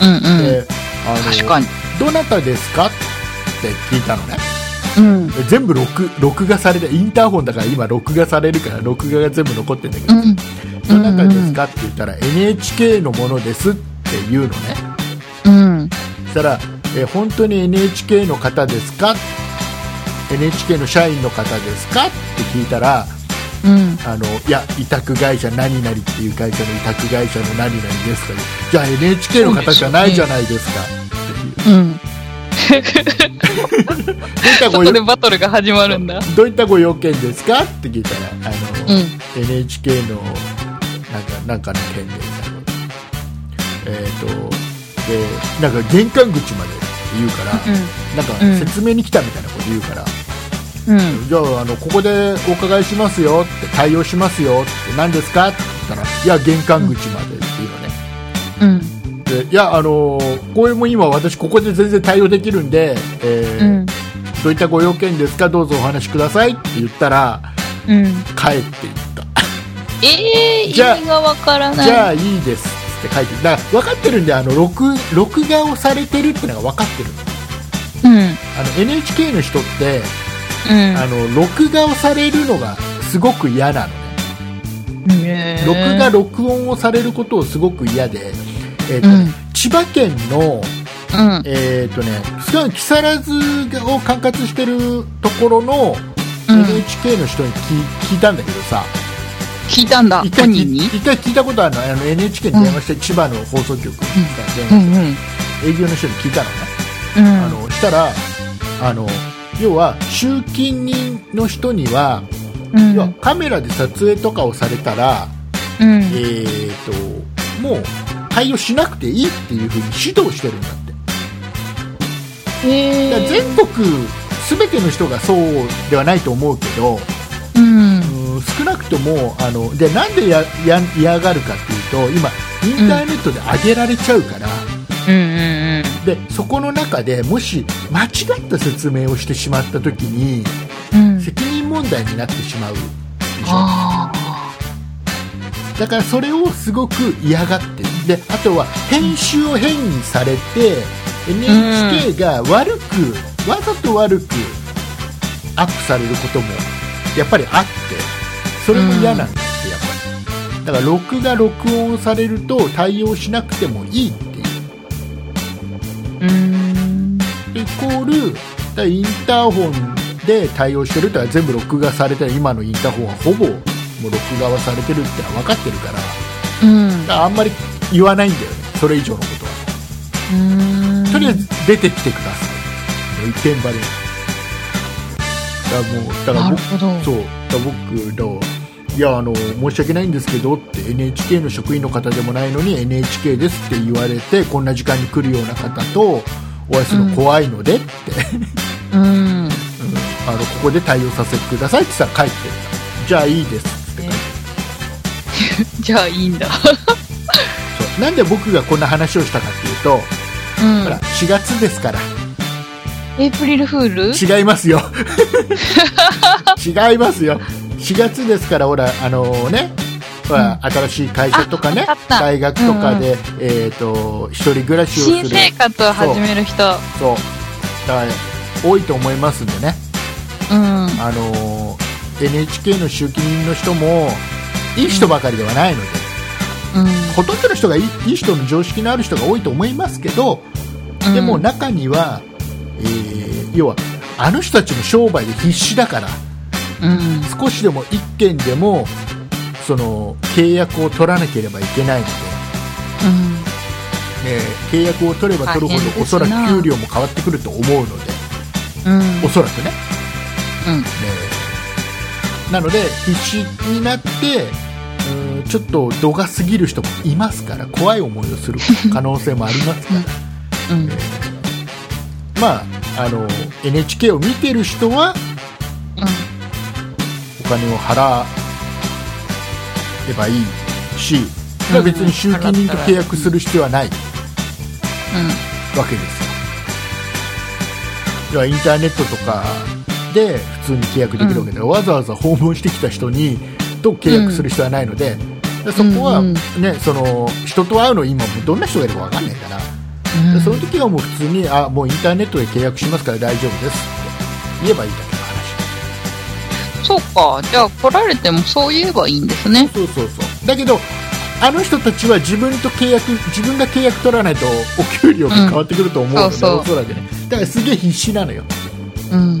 Speaker 1: うんうん
Speaker 2: であの
Speaker 1: 確かに
Speaker 2: どなたですかって聞いたのね
Speaker 1: うん
Speaker 2: で全部録録画されてインターホンだから今録画されるから録画が全部残ってんだけ
Speaker 1: う
Speaker 2: ど、
Speaker 1: ん
Speaker 2: どなたですかって言ったら NHK のものですって言うのね
Speaker 1: うん
Speaker 2: そしたら、えー本当に NHK の方ですか NHK の社員の方ですかって聞いたら
Speaker 1: うん
Speaker 2: あのいや委託会社何々っていう会社の委託会社の何々ですかじゃあ NHK の方じゃないじゃないですかっ ていう
Speaker 1: うん
Speaker 2: どういった
Speaker 1: そ
Speaker 2: ご
Speaker 1: こでバトルが始まるんだ
Speaker 2: どういったご用件ですかって聞いたらあの、
Speaker 1: うん
Speaker 2: NHK のなんかなんかの件でみたいなえっ、とでなんか玄関口まで言うから、なん
Speaker 1: うん
Speaker 2: か説明に来たみたいなこと言うから、
Speaker 1: うんうん
Speaker 2: じゃああのここでお伺いしますよって対応しますよって何ですかって言ったらいや玄関口までっていうのね、
Speaker 1: うん
Speaker 2: でいやあのこれも今私ここで全然対応できるんで、え
Speaker 1: う
Speaker 2: ー
Speaker 1: ん
Speaker 2: どういったご用件ですかどうぞお話しくださいって言ったら
Speaker 1: うん
Speaker 2: 帰っていった
Speaker 1: ええ意
Speaker 2: じゃあ
Speaker 1: 味がわからない
Speaker 2: じゃあいいですって書いてだから分かってるんであの録録画をされてるってのが分かってる
Speaker 1: うんうん
Speaker 2: あの NHK の人ってあの録画をされるのがすごく嫌なのね
Speaker 1: ねえ
Speaker 2: 録画録音をされることをすごく嫌で、えーと
Speaker 1: うん
Speaker 2: 千葉県
Speaker 1: う
Speaker 2: の、
Speaker 1: ん
Speaker 2: えーとね、すごい木更津を管轄してるところの
Speaker 1: うん
Speaker 2: NHK の人に聞い聞いたんだけどさ、
Speaker 1: 聞いたんだ
Speaker 2: 一回
Speaker 1: 本
Speaker 2: 聞
Speaker 1: 人
Speaker 2: い
Speaker 1: に
Speaker 2: 一回聞いたことあるのあの NHK に電話して、千葉の放送局に
Speaker 1: う
Speaker 2: 電話
Speaker 1: んうん
Speaker 2: して、営業の人に聞いたのね。
Speaker 1: う
Speaker 2: あ
Speaker 1: ん
Speaker 2: のしたらあの要は集金人の人には、
Speaker 1: うん
Speaker 2: 要はカメラで撮影とかをされたら、
Speaker 1: うん
Speaker 2: えー、ともう対応しなくていいっていうふうに指導してるんだって
Speaker 1: え
Speaker 2: だから全国全ての人がそうではないと思うけど、
Speaker 1: うん
Speaker 2: うん、少なくともあのでなんでやや嫌がるかっていうと今インターネットで上げられちゃうから、
Speaker 1: うんうん
Speaker 2: でそこの中でもし間違った説明をしてしまった時に
Speaker 1: うんうん
Speaker 2: 責任問題になってしまうでしょ
Speaker 1: あ
Speaker 2: だからそれをすごく嫌がってるであとは編集を変にされて NHK が悪くわざと悪くアップされることもやっぱりあってそれも嫌なんですよやっぱりだから録画録音されると対応しなくてもいいっていう
Speaker 1: ーうん
Speaker 2: イコールだからインターホンで対応してるってのは全部録画されてる今のインターホンはほぼもう録画はされてるってのは分かってるからだか
Speaker 1: うん
Speaker 2: らあんまり言わないんだよねそれ以上のことはとりあえず出てきてください、もう一点張りだからもうだから
Speaker 1: なるほ
Speaker 2: 僕
Speaker 1: ど
Speaker 2: そうだから僕だからいやあの申し訳ないんですけどって NHK の職員の方でもないのに NHK ですって言われてこんな時間に来るような方とお会いするの怖いのでって、
Speaker 1: うん
Speaker 2: うんあのここで対応させてくださいってさ帰ってったじゃあいいですって帰っ て
Speaker 1: じゃあいいんだ
Speaker 2: そうなんで僕がこんな話をしたかっていうと、
Speaker 1: う
Speaker 2: ほら
Speaker 1: ん
Speaker 2: 4月ですから
Speaker 1: エイプリルフール
Speaker 2: 違います よ違いますよ4月ですからほらあのねほら新しい会社とかね
Speaker 1: あわかった
Speaker 2: 大学とかで、えっ、と一人暮らしを
Speaker 1: 新
Speaker 2: する
Speaker 1: 生活を始める人
Speaker 2: そうだから多いと思いますんでね
Speaker 1: うん
Speaker 2: あの NHK の集金人の人もいい人ばかりではないので、
Speaker 1: うん
Speaker 2: ほとんどの人がいいいい人の常識のある人が多いと思いますけどでも中には、えー要はあの人たちの商売で必死だから
Speaker 1: うん
Speaker 2: 少しでも1件でもその契約を取らなければいけないの
Speaker 1: うん
Speaker 2: で、ね、契約を取れば取るほ
Speaker 1: 大変です
Speaker 2: ど
Speaker 1: な
Speaker 2: おそらく給料も変わってくると思うので
Speaker 1: うん
Speaker 2: おそらくね
Speaker 1: うん
Speaker 2: ねなので必死になってうんちょっと度が過ぎる人もいますから怖い思いをする可能性もありますから、
Speaker 1: うん
Speaker 2: まあ、あの NHK を見てる人は
Speaker 1: う
Speaker 2: お金を払えばいいし
Speaker 1: うん
Speaker 2: 別に集金人と契約する必要はない
Speaker 1: ん
Speaker 2: わけですよ。要はインターネットとかで普通に契約できるわけで、わざわざ訪問してきた人にと契約する必要はないので、そこは、
Speaker 1: う
Speaker 2: ね
Speaker 1: ん
Speaker 2: その人と会うの今もうどんな人がいるか分かんないから、
Speaker 1: う
Speaker 2: で
Speaker 1: ん
Speaker 2: その時はもう普通にあもうインターネットで契約しますから大丈夫ですって言えばいいだけの話。
Speaker 1: そうかじゃあ来られてもそう言えばいいんですね
Speaker 2: そうそうそうだけどあの人たちは自分と契約自分が契約取らないとお給料が変わってくると思うので、
Speaker 1: うんそうそう
Speaker 2: おそらくねだからすげえ必死なのよ
Speaker 1: うん
Speaker 2: い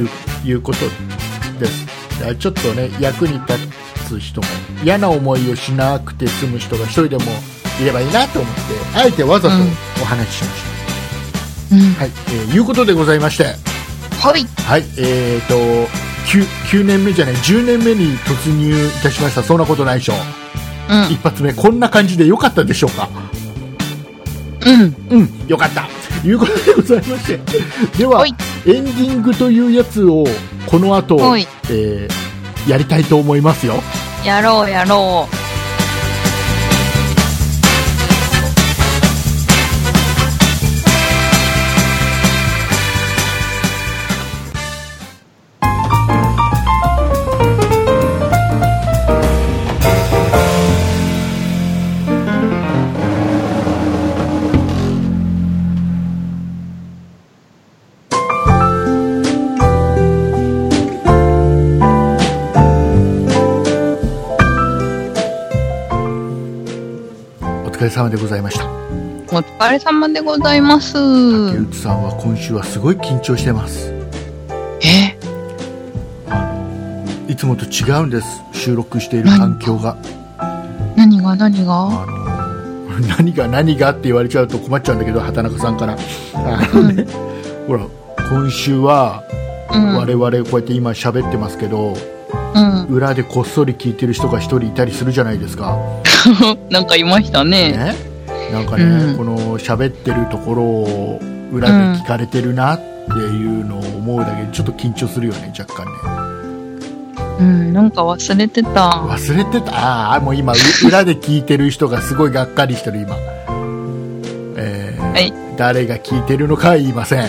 Speaker 2: ういうことですだからちょっとね役に立つ人も嫌な思いをしなくて済む人が一人でもいればいいなと思ってあえてわざと
Speaker 1: うん
Speaker 2: お話ししまし
Speaker 1: うん
Speaker 2: た、はいえーいうことでございまして
Speaker 1: はい
Speaker 2: はいえー、と 9, 9年目じゃない10年目に突入いたしましたそんなことないでしょ一発目こんな感じで良かったでしょうか
Speaker 1: うんうん
Speaker 2: うん良かったということでございましてでは
Speaker 1: はい
Speaker 2: エンディングというやつをこの後、
Speaker 1: はい
Speaker 2: えーやりたいと思いますよ
Speaker 1: やろうやろう
Speaker 2: お疲れ様でございました
Speaker 1: お疲れ様でございます
Speaker 2: 竹内さんは今週はすごい緊張してます
Speaker 1: え
Speaker 2: いつもと違うんです収録している環境が
Speaker 1: 何が何が
Speaker 2: あの何が何がって言われちゃうと困っちゃうんだけど畑中さんからあのね、ほら今週は
Speaker 1: うん
Speaker 2: 我々こうやって今喋ってますけど、
Speaker 1: うん
Speaker 2: 裏でこっそり聞いてる人が1人いたりするじゃないですか、
Speaker 1: なんかいましたね
Speaker 2: ね、なんかね、
Speaker 1: うん
Speaker 2: この喋ってるところを裏で聞かれてるなっていうのを思うだけでちょっと緊張するよね若干ね
Speaker 1: うんなんか忘れてた
Speaker 2: 忘れてたああーもう今う裏で聞いてる人がすごいがっかりしてる今、えー
Speaker 1: はい
Speaker 2: 誰が聞いてるのかは言いません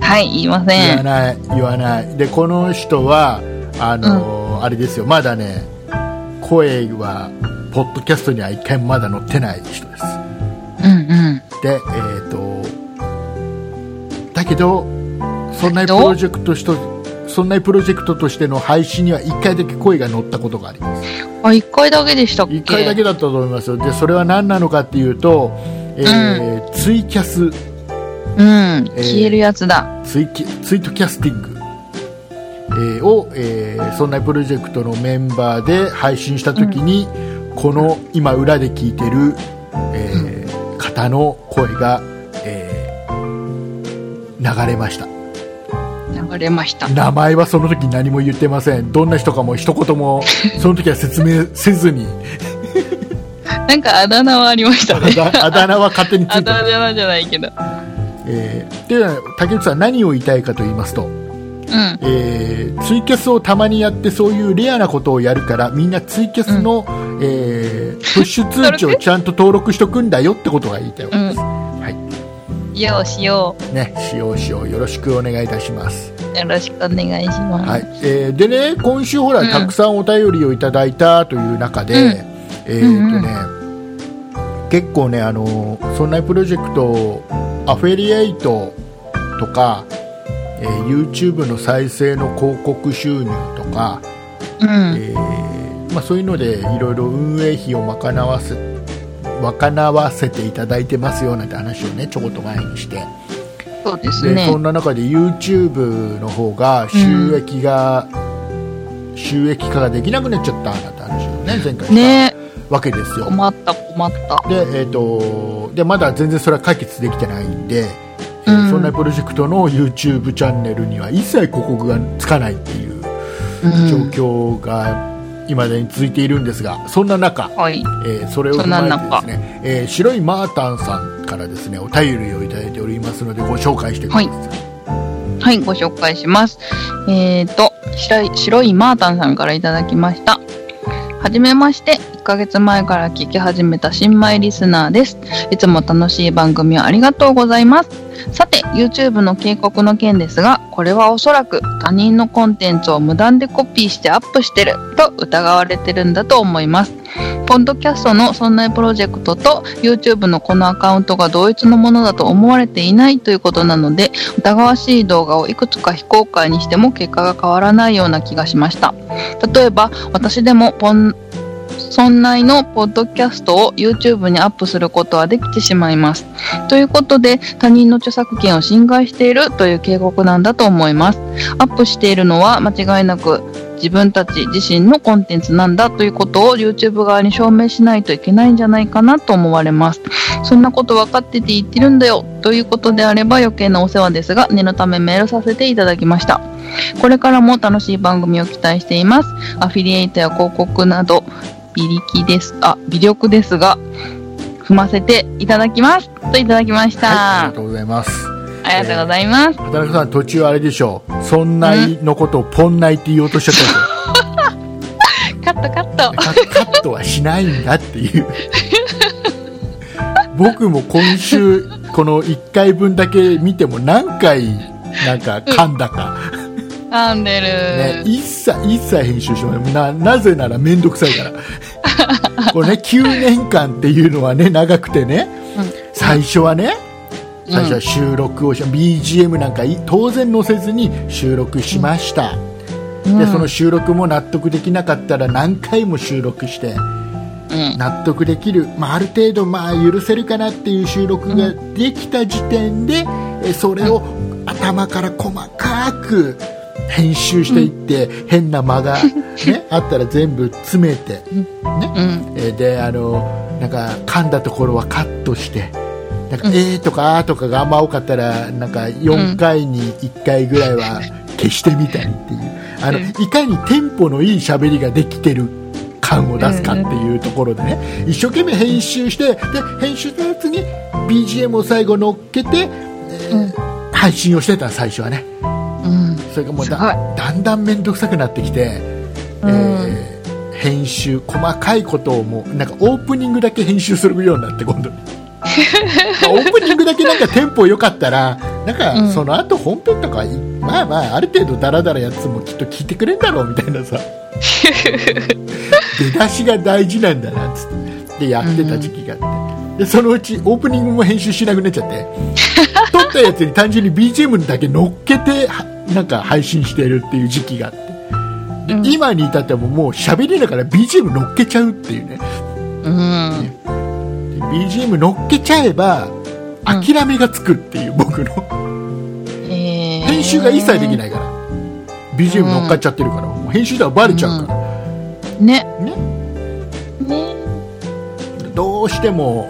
Speaker 1: はい言いま
Speaker 2: 言
Speaker 1: せ
Speaker 2: わ
Speaker 1: ん
Speaker 2: ない言わないでこの人はあのーあれですよまだね声はポッドキャストには一回もまだ載ってない人です
Speaker 1: うんうん
Speaker 2: でえっ、とだけどそんなプロジェクトしとそんなプロジェクトとしての配信には1回だけ声が載ったことがあります
Speaker 1: あ一回だけでしたっけ
Speaker 2: 1回だけだったと思いますよでそれは何なのかっていうと、えーツイキャス
Speaker 1: うん、
Speaker 2: えー
Speaker 1: 消えるやつだ。
Speaker 2: ツイキツイートキャスティング、えーを、えー、そんなプロジェクトのメンバーで配信した時に、この今裏で聞いてる、えー方の声が、えー流れました
Speaker 1: 流れました。
Speaker 2: 名前はその時何も言ってませんどんな人かも一言もその時は説明せずに
Speaker 1: なんかあだ名はありました
Speaker 2: あ
Speaker 1: ね。
Speaker 2: だあだ名は勝手につ
Speaker 1: あ
Speaker 2: いて
Speaker 1: だ
Speaker 2: る、
Speaker 1: 名じゃないけど。
Speaker 2: えー、で竹内さん何を言いたいかと言いますと
Speaker 1: うん。
Speaker 2: えーツイキャスをたまにやってそういうレアなことをやるからみんなツイキャスの、えープッシュ通知をちゃんと登録しとくんだよってことが言いたいわけです、は
Speaker 1: ようしよ
Speaker 2: いね使用使用よろしくお願いいたします、
Speaker 1: う。よろしくお願いします。
Speaker 2: はいえーでね今週ほら、
Speaker 1: うん
Speaker 2: たくさんお便りをいただいたという中で、
Speaker 1: うん
Speaker 2: えーっとね、結構ねあのそんなプロジェクトアフェリエイトとか、えー YouTube の再生の広告収入とか、
Speaker 1: うん。
Speaker 2: えーまあ、そういうのでいろいろ運営費を賄わせ賄わせていただいてますよなんて話をねちょこっと前にして
Speaker 1: そうです
Speaker 2: で、
Speaker 1: ね
Speaker 2: そ。んな中で YouTube の方が収益が、収益化ができなくなっちゃったなんて話をね前回した、
Speaker 1: ね
Speaker 2: わけですよ
Speaker 1: 困った困った。
Speaker 2: で,、えー、とでまだ全然それは解決できてないんで、えー
Speaker 1: うん
Speaker 2: そんなプロジェクトの YouTube チャンネルには一切広告がつかないっていう
Speaker 1: うん。
Speaker 2: 状況がいまだに続いているんですがそんな中、
Speaker 1: はい。
Speaker 2: えーそれを踏まえてですね、えー白いマータンさんからですねお便りをいただいておりますのでご紹介してください、
Speaker 1: はい、ご紹介します。えっ、ー、と、白い、白いマータンさんからいただきました。はじめまして、1ヶ月前から聞き始めた新米リスナーです。いつも楽しい番組をありがとうございます。さて、YouTube の警告の件ですが、これはおそらく他人のコンテンツを無断でコピーしてアップしてると疑われてるんだと思います。ポッドキャストのそんなプロジェクトと YouTube のこのアカウントが同一のものだと思われていないということなので、疑わしい動画をいくつか非公開にしても結果が変わらないような気がしました例えば私でもポン村内のポッドキャストを YouTube にアップすることはできてしまいますということで他人の著作権を侵害しているという警告なんだと思いますアップしているのは間違いなく自分たち自身のコンテンツなんだということを YouTube 側に証明しないといけないんじゃないかなと思われますそんなこと分かってて言ってるんだよということであれば余計なお世話ですが念のためメールさせていただきましたこれからも楽しい番組を期待していますアフィリエイトや広告など微力ですあ微力ですが踏ませていただきますといただきました、
Speaker 2: はい、ありがとうございます
Speaker 1: ありがとうございます、
Speaker 2: 畑中さん途中あれでしょうそんないのことをポンないって言おうとしちゃっ
Speaker 1: カットカット
Speaker 2: たでしょ カカットはしないんだっていう 僕も今週この1回分だけ見ても何回なんか噛んだか、
Speaker 1: 噛んでる、
Speaker 2: ね、一切一切編集しますななぜなら面倒くさいか らこれね9年間っていうのはね長くてね、
Speaker 1: うん
Speaker 2: 最初はね
Speaker 1: うん
Speaker 2: 最初は収録をし、BGM なんかい当然載せずに収録しました、
Speaker 1: うん
Speaker 2: でその収録も納得できなかったら何回も収録して
Speaker 1: うん
Speaker 2: 納得できる、まあ、ある程度まあ許せるかなっていう収録ができた時点で、えそれを頭から細かく編集していって、変な間が、 ね、あったら全部詰めて、
Speaker 1: うん
Speaker 2: えーであのなんか噛んだところはカットして。なんかえーとかあーとかがあんま多かったらなんか4回に1回ぐらいは消してみたりっていうあの
Speaker 1: うん
Speaker 2: いかにテンポのいい喋りができてる感を出すかっていうところでね一生懸命編集してで編集のやつに BGM を最後乗っけて、えー配信をしてた最初はね
Speaker 1: うん
Speaker 2: それがもうだ
Speaker 1: すごい
Speaker 2: だんだん面倒くさくなってきて、
Speaker 1: うん
Speaker 2: えー編集細かいことをもうなんかオープニングだけ編集するようになって 今度まあオープニングだけなんかテンポ良かっ たらなん
Speaker 1: う
Speaker 2: か
Speaker 1: ん
Speaker 2: その後本編とかいまあまあある程度ダラダラやつもきっと聞いてくれんだろうみたいな さ出だしが大事なんだなっつってでやってた時期があって、でそのうちオープニングも編集しなくなっちゃって撮ったやつに単純に BGM だけ乗っけてはなんか配信してるっていう時期があってで、
Speaker 1: うん
Speaker 2: 今に至ってももう喋りながら BGM 乗っけちゃうっていうね
Speaker 1: うん
Speaker 2: で BGM 乗っけちゃえば諦めがつくっていう、僕曲の
Speaker 1: えー
Speaker 2: 編集が一切できないから BGM 乗っかっちゃってるから、もう編集ではバレちゃうから、
Speaker 1: ね
Speaker 2: ね
Speaker 1: ね
Speaker 2: どうしても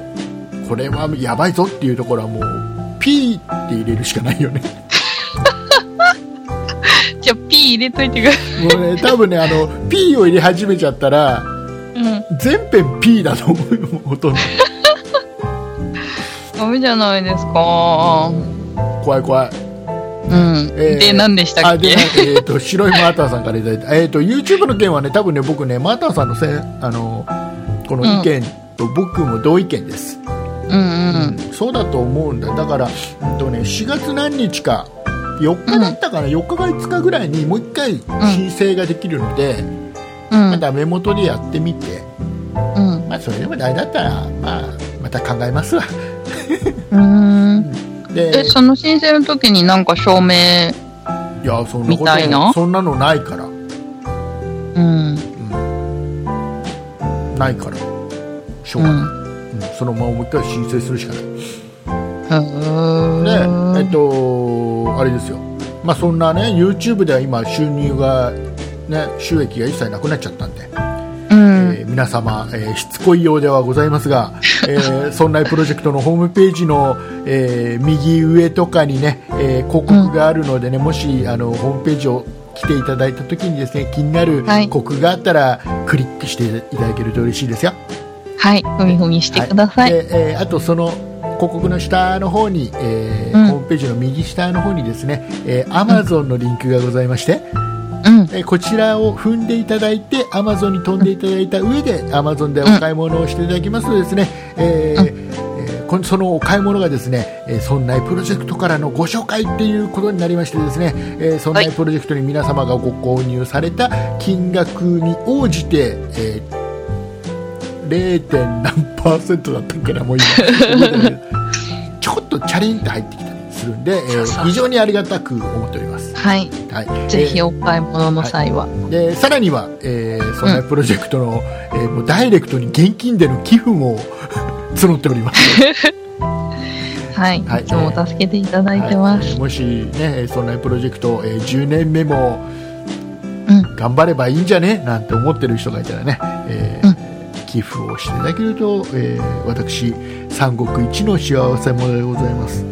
Speaker 2: これはやばいぞっていうところはもうピーって入れるしかないよね
Speaker 1: じゃあ P 入れといてください
Speaker 2: もうね多分ねあの P を入れ始めちゃった
Speaker 1: う
Speaker 2: ら
Speaker 1: ん
Speaker 2: 全編 P だと思うよもうほとんど
Speaker 1: ダメじゃないですか
Speaker 2: 怖い怖い
Speaker 1: うん、
Speaker 2: えー
Speaker 1: で何でした
Speaker 2: あ
Speaker 1: っ
Speaker 2: で
Speaker 1: け
Speaker 2: なんかえー、 と白いマーターさんからいただいた、えー、と YouTube の件はね多分ね僕ねマーターさんのせんあのこの意見と僕も同意見です、
Speaker 1: うんうん
Speaker 2: そうだと思うんだだから、うんとね、4月何日か4日だったかな、4日か5日ぐらいにもう1回申請ができるので、
Speaker 1: うん
Speaker 2: まあダメ元でやってみて、
Speaker 1: うん
Speaker 2: まあ、それでもダメだったら、まあ、また考えますわ
Speaker 1: うん
Speaker 2: で
Speaker 1: えその申請の時になんか証明
Speaker 2: いやそんな
Speaker 1: み
Speaker 2: こ
Speaker 1: たい
Speaker 2: と
Speaker 1: な
Speaker 2: そんなのないから、
Speaker 1: うん
Speaker 2: うん、ないからしょう
Speaker 1: う
Speaker 2: がない、
Speaker 1: ん
Speaker 2: うんそのままもう一回申請するしかない。
Speaker 1: へー
Speaker 2: で、えっと、あれですよ。まあそんなね、YouTube では今収入が、ね、収益が一切なくなっちゃったんで、
Speaker 1: うん
Speaker 2: えー皆様、えーしつこいようではございますが、え ー、そんなプロジェクトのホームページの、えー右上とかにね、えー広告があるのでね、もし、あの、ホームページを来ていただいた時にですね、気になる
Speaker 1: はい
Speaker 2: 広告があったら、クリックしていただけると嬉しいですよ。
Speaker 1: はいふみふみしてください、
Speaker 2: でえーあとその広告の下の方に、えー
Speaker 1: うん
Speaker 2: ホームページの右下の方にですね、えー、Amazon のリンクがございまして、
Speaker 1: うん
Speaker 2: えーこちらを踏んでいただいて Amazon に飛んでいただいた上で Amazon でお買い物をしていただきますとですね、えーえーこんそのお買い物がですね、えー、そんなプロジェクトからのご紹介っていうことになりましてですね、えー、そんなプロジェクトに皆様がご購入された金額に応じて、えー 0. 何パーセントだったっけなもう今覚えてないけどちょこっとチャリンって入ってきたりするんで、え
Speaker 1: そうそ
Speaker 2: ー
Speaker 1: う
Speaker 2: 非常にありがたく思っております。
Speaker 1: はい
Speaker 2: はい、
Speaker 1: ぜひお買い物の際は、
Speaker 2: でさらには、えー、そんなプロジェクトの、えーもうダイレクトに現金での寄付も 募っております。
Speaker 1: はい、
Speaker 2: はい
Speaker 1: い、つも助けていただいて
Speaker 2: は
Speaker 1: ま
Speaker 2: い
Speaker 1: す、
Speaker 2: もしね、そんなプロジェクト、えー10年目も
Speaker 1: うん
Speaker 2: 頑張ればいいんじゃねなんて思ってる人がいたらね、えー寄付をしていただけると、えー私、三国一の幸せ者でございます。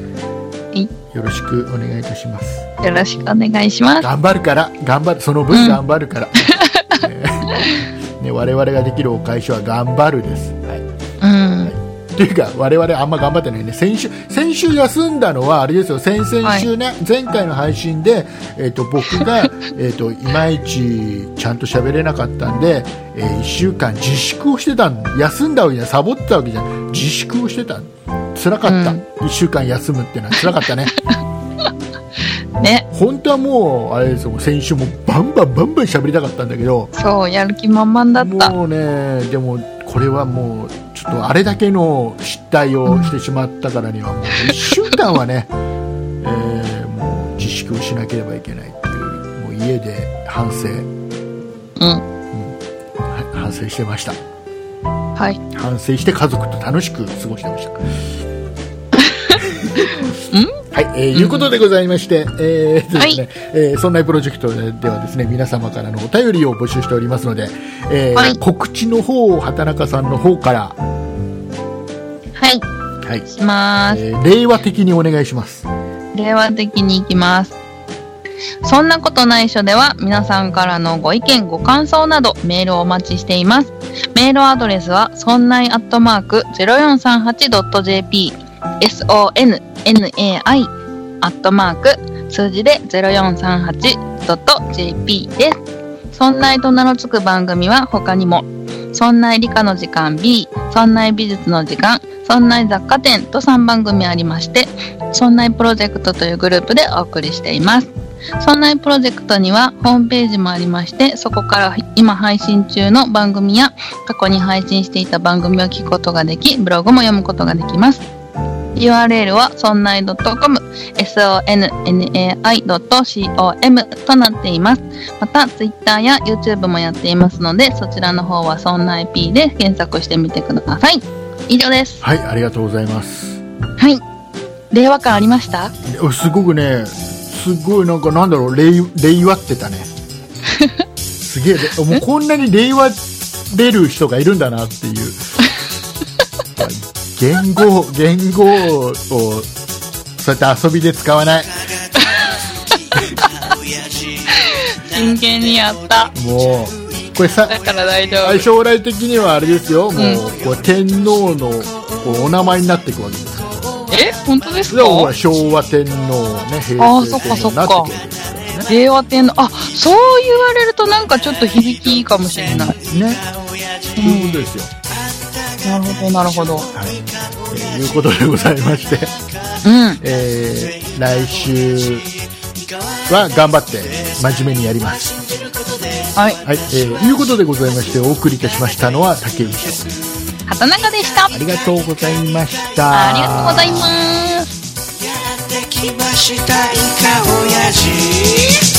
Speaker 1: い
Speaker 2: よろしくお願いいたします。
Speaker 1: よろしくお願いします
Speaker 2: 頑張るから頑張るその
Speaker 1: う
Speaker 2: 分
Speaker 1: ん
Speaker 2: 頑張 るから、えーね、我々ができるお返しは頑張るです、はい、
Speaker 1: うん
Speaker 2: というか我々あんま頑張ってないね先週先週休んだのはあれですよ先々週ね、前回の配信で、えー、と僕 がえーといまいちちゃんと喋れなかったんで、え1週間自粛をしてたん休んだわけじゃないサボってたわけじゃない自粛をしてた辛かった、
Speaker 1: う
Speaker 2: 1週間休むっていうのは辛かったね
Speaker 1: ね
Speaker 2: 本当はもうあれですよもう先週もバンバンバンバン喋りたかったんだけど
Speaker 1: そうやる気満々だった
Speaker 2: もうねでもこれはもうちょっとあれだけの失態をしてしまったからにはもう1週間はね、え ーもう自粛をしなければいけないっていうもう家で反省
Speaker 1: うん
Speaker 2: は反省してました
Speaker 1: はい
Speaker 2: 反省して家族と楽しく過ごして ました。はい、えーいうことでございまして、えーですねえーそんなプロジェクトではですね、皆様からのお便りを募集しておりますので、えー
Speaker 1: はい
Speaker 2: 告知の方を畑中さんの方から、
Speaker 1: はい
Speaker 2: はい
Speaker 1: します
Speaker 2: えー令和的にお願いします。
Speaker 1: 令和的に行きます。そんなことないしょでは皆さんからのご意見ご感想などメールをお待ちしています。メールアドレスはそんないアットマーク 0438.jp sonnai アットマーク数字で 0438.jp です。そんないと名の付く番組は他にもそんない理科の時間 B、そんない美術の時間、そんない雑貨店と3番組ありまして、そんないプロジェクトというグループでお送りしています。そんないプロジェクトにはホームページもありまして、そこから今配信中の番組や過去に配信していた番組を聞くことができ、ブログも読むことができます。URL はそんない .com、sonnai.com となっています。また、Twitter や YouTube もやっていますので、そちらの方はそんない P で検索してみてください。以上です。
Speaker 2: はい、ありがとうございます。
Speaker 1: はい。令和感ありました
Speaker 2: すごくねすごいなんかなんだろう令令和っ てたねすげえもうこんなに令和出る人がいるんだなっていう言語言語をそうやって遊びで使わない
Speaker 1: 真剣にやった
Speaker 2: もうこれさ
Speaker 1: だから大丈夫
Speaker 2: 将来的にはあれですよも
Speaker 1: う
Speaker 2: う,
Speaker 1: ん
Speaker 2: こう天皇のこうお名前になっていくわけですよ
Speaker 1: え本当です
Speaker 2: でもほら
Speaker 1: か
Speaker 2: 昭和天皇ね
Speaker 1: あ
Speaker 2: 平
Speaker 1: ー
Speaker 2: 成天皇
Speaker 1: そっ
Speaker 2: に
Speaker 1: かそ
Speaker 2: な
Speaker 1: っ
Speaker 2: って
Speaker 1: か
Speaker 2: くるわけですよ
Speaker 1: 令和天皇あそう言われるとなんかちょっと響きいいかもしれない
Speaker 2: ねそういうことですよ、
Speaker 1: なるほどなるほど
Speaker 2: はい、ということでございまして、
Speaker 1: うん
Speaker 2: えー来週は頑張って真面目にやります。
Speaker 1: はい
Speaker 2: はい、えー、いうことでございまして、お送りいたしましたのは竹内と。
Speaker 1: 畑中でした
Speaker 2: ありがとうございまし
Speaker 1: あ
Speaker 2: た。
Speaker 1: りがとうございます
Speaker 3: やってきましたイカオヤジ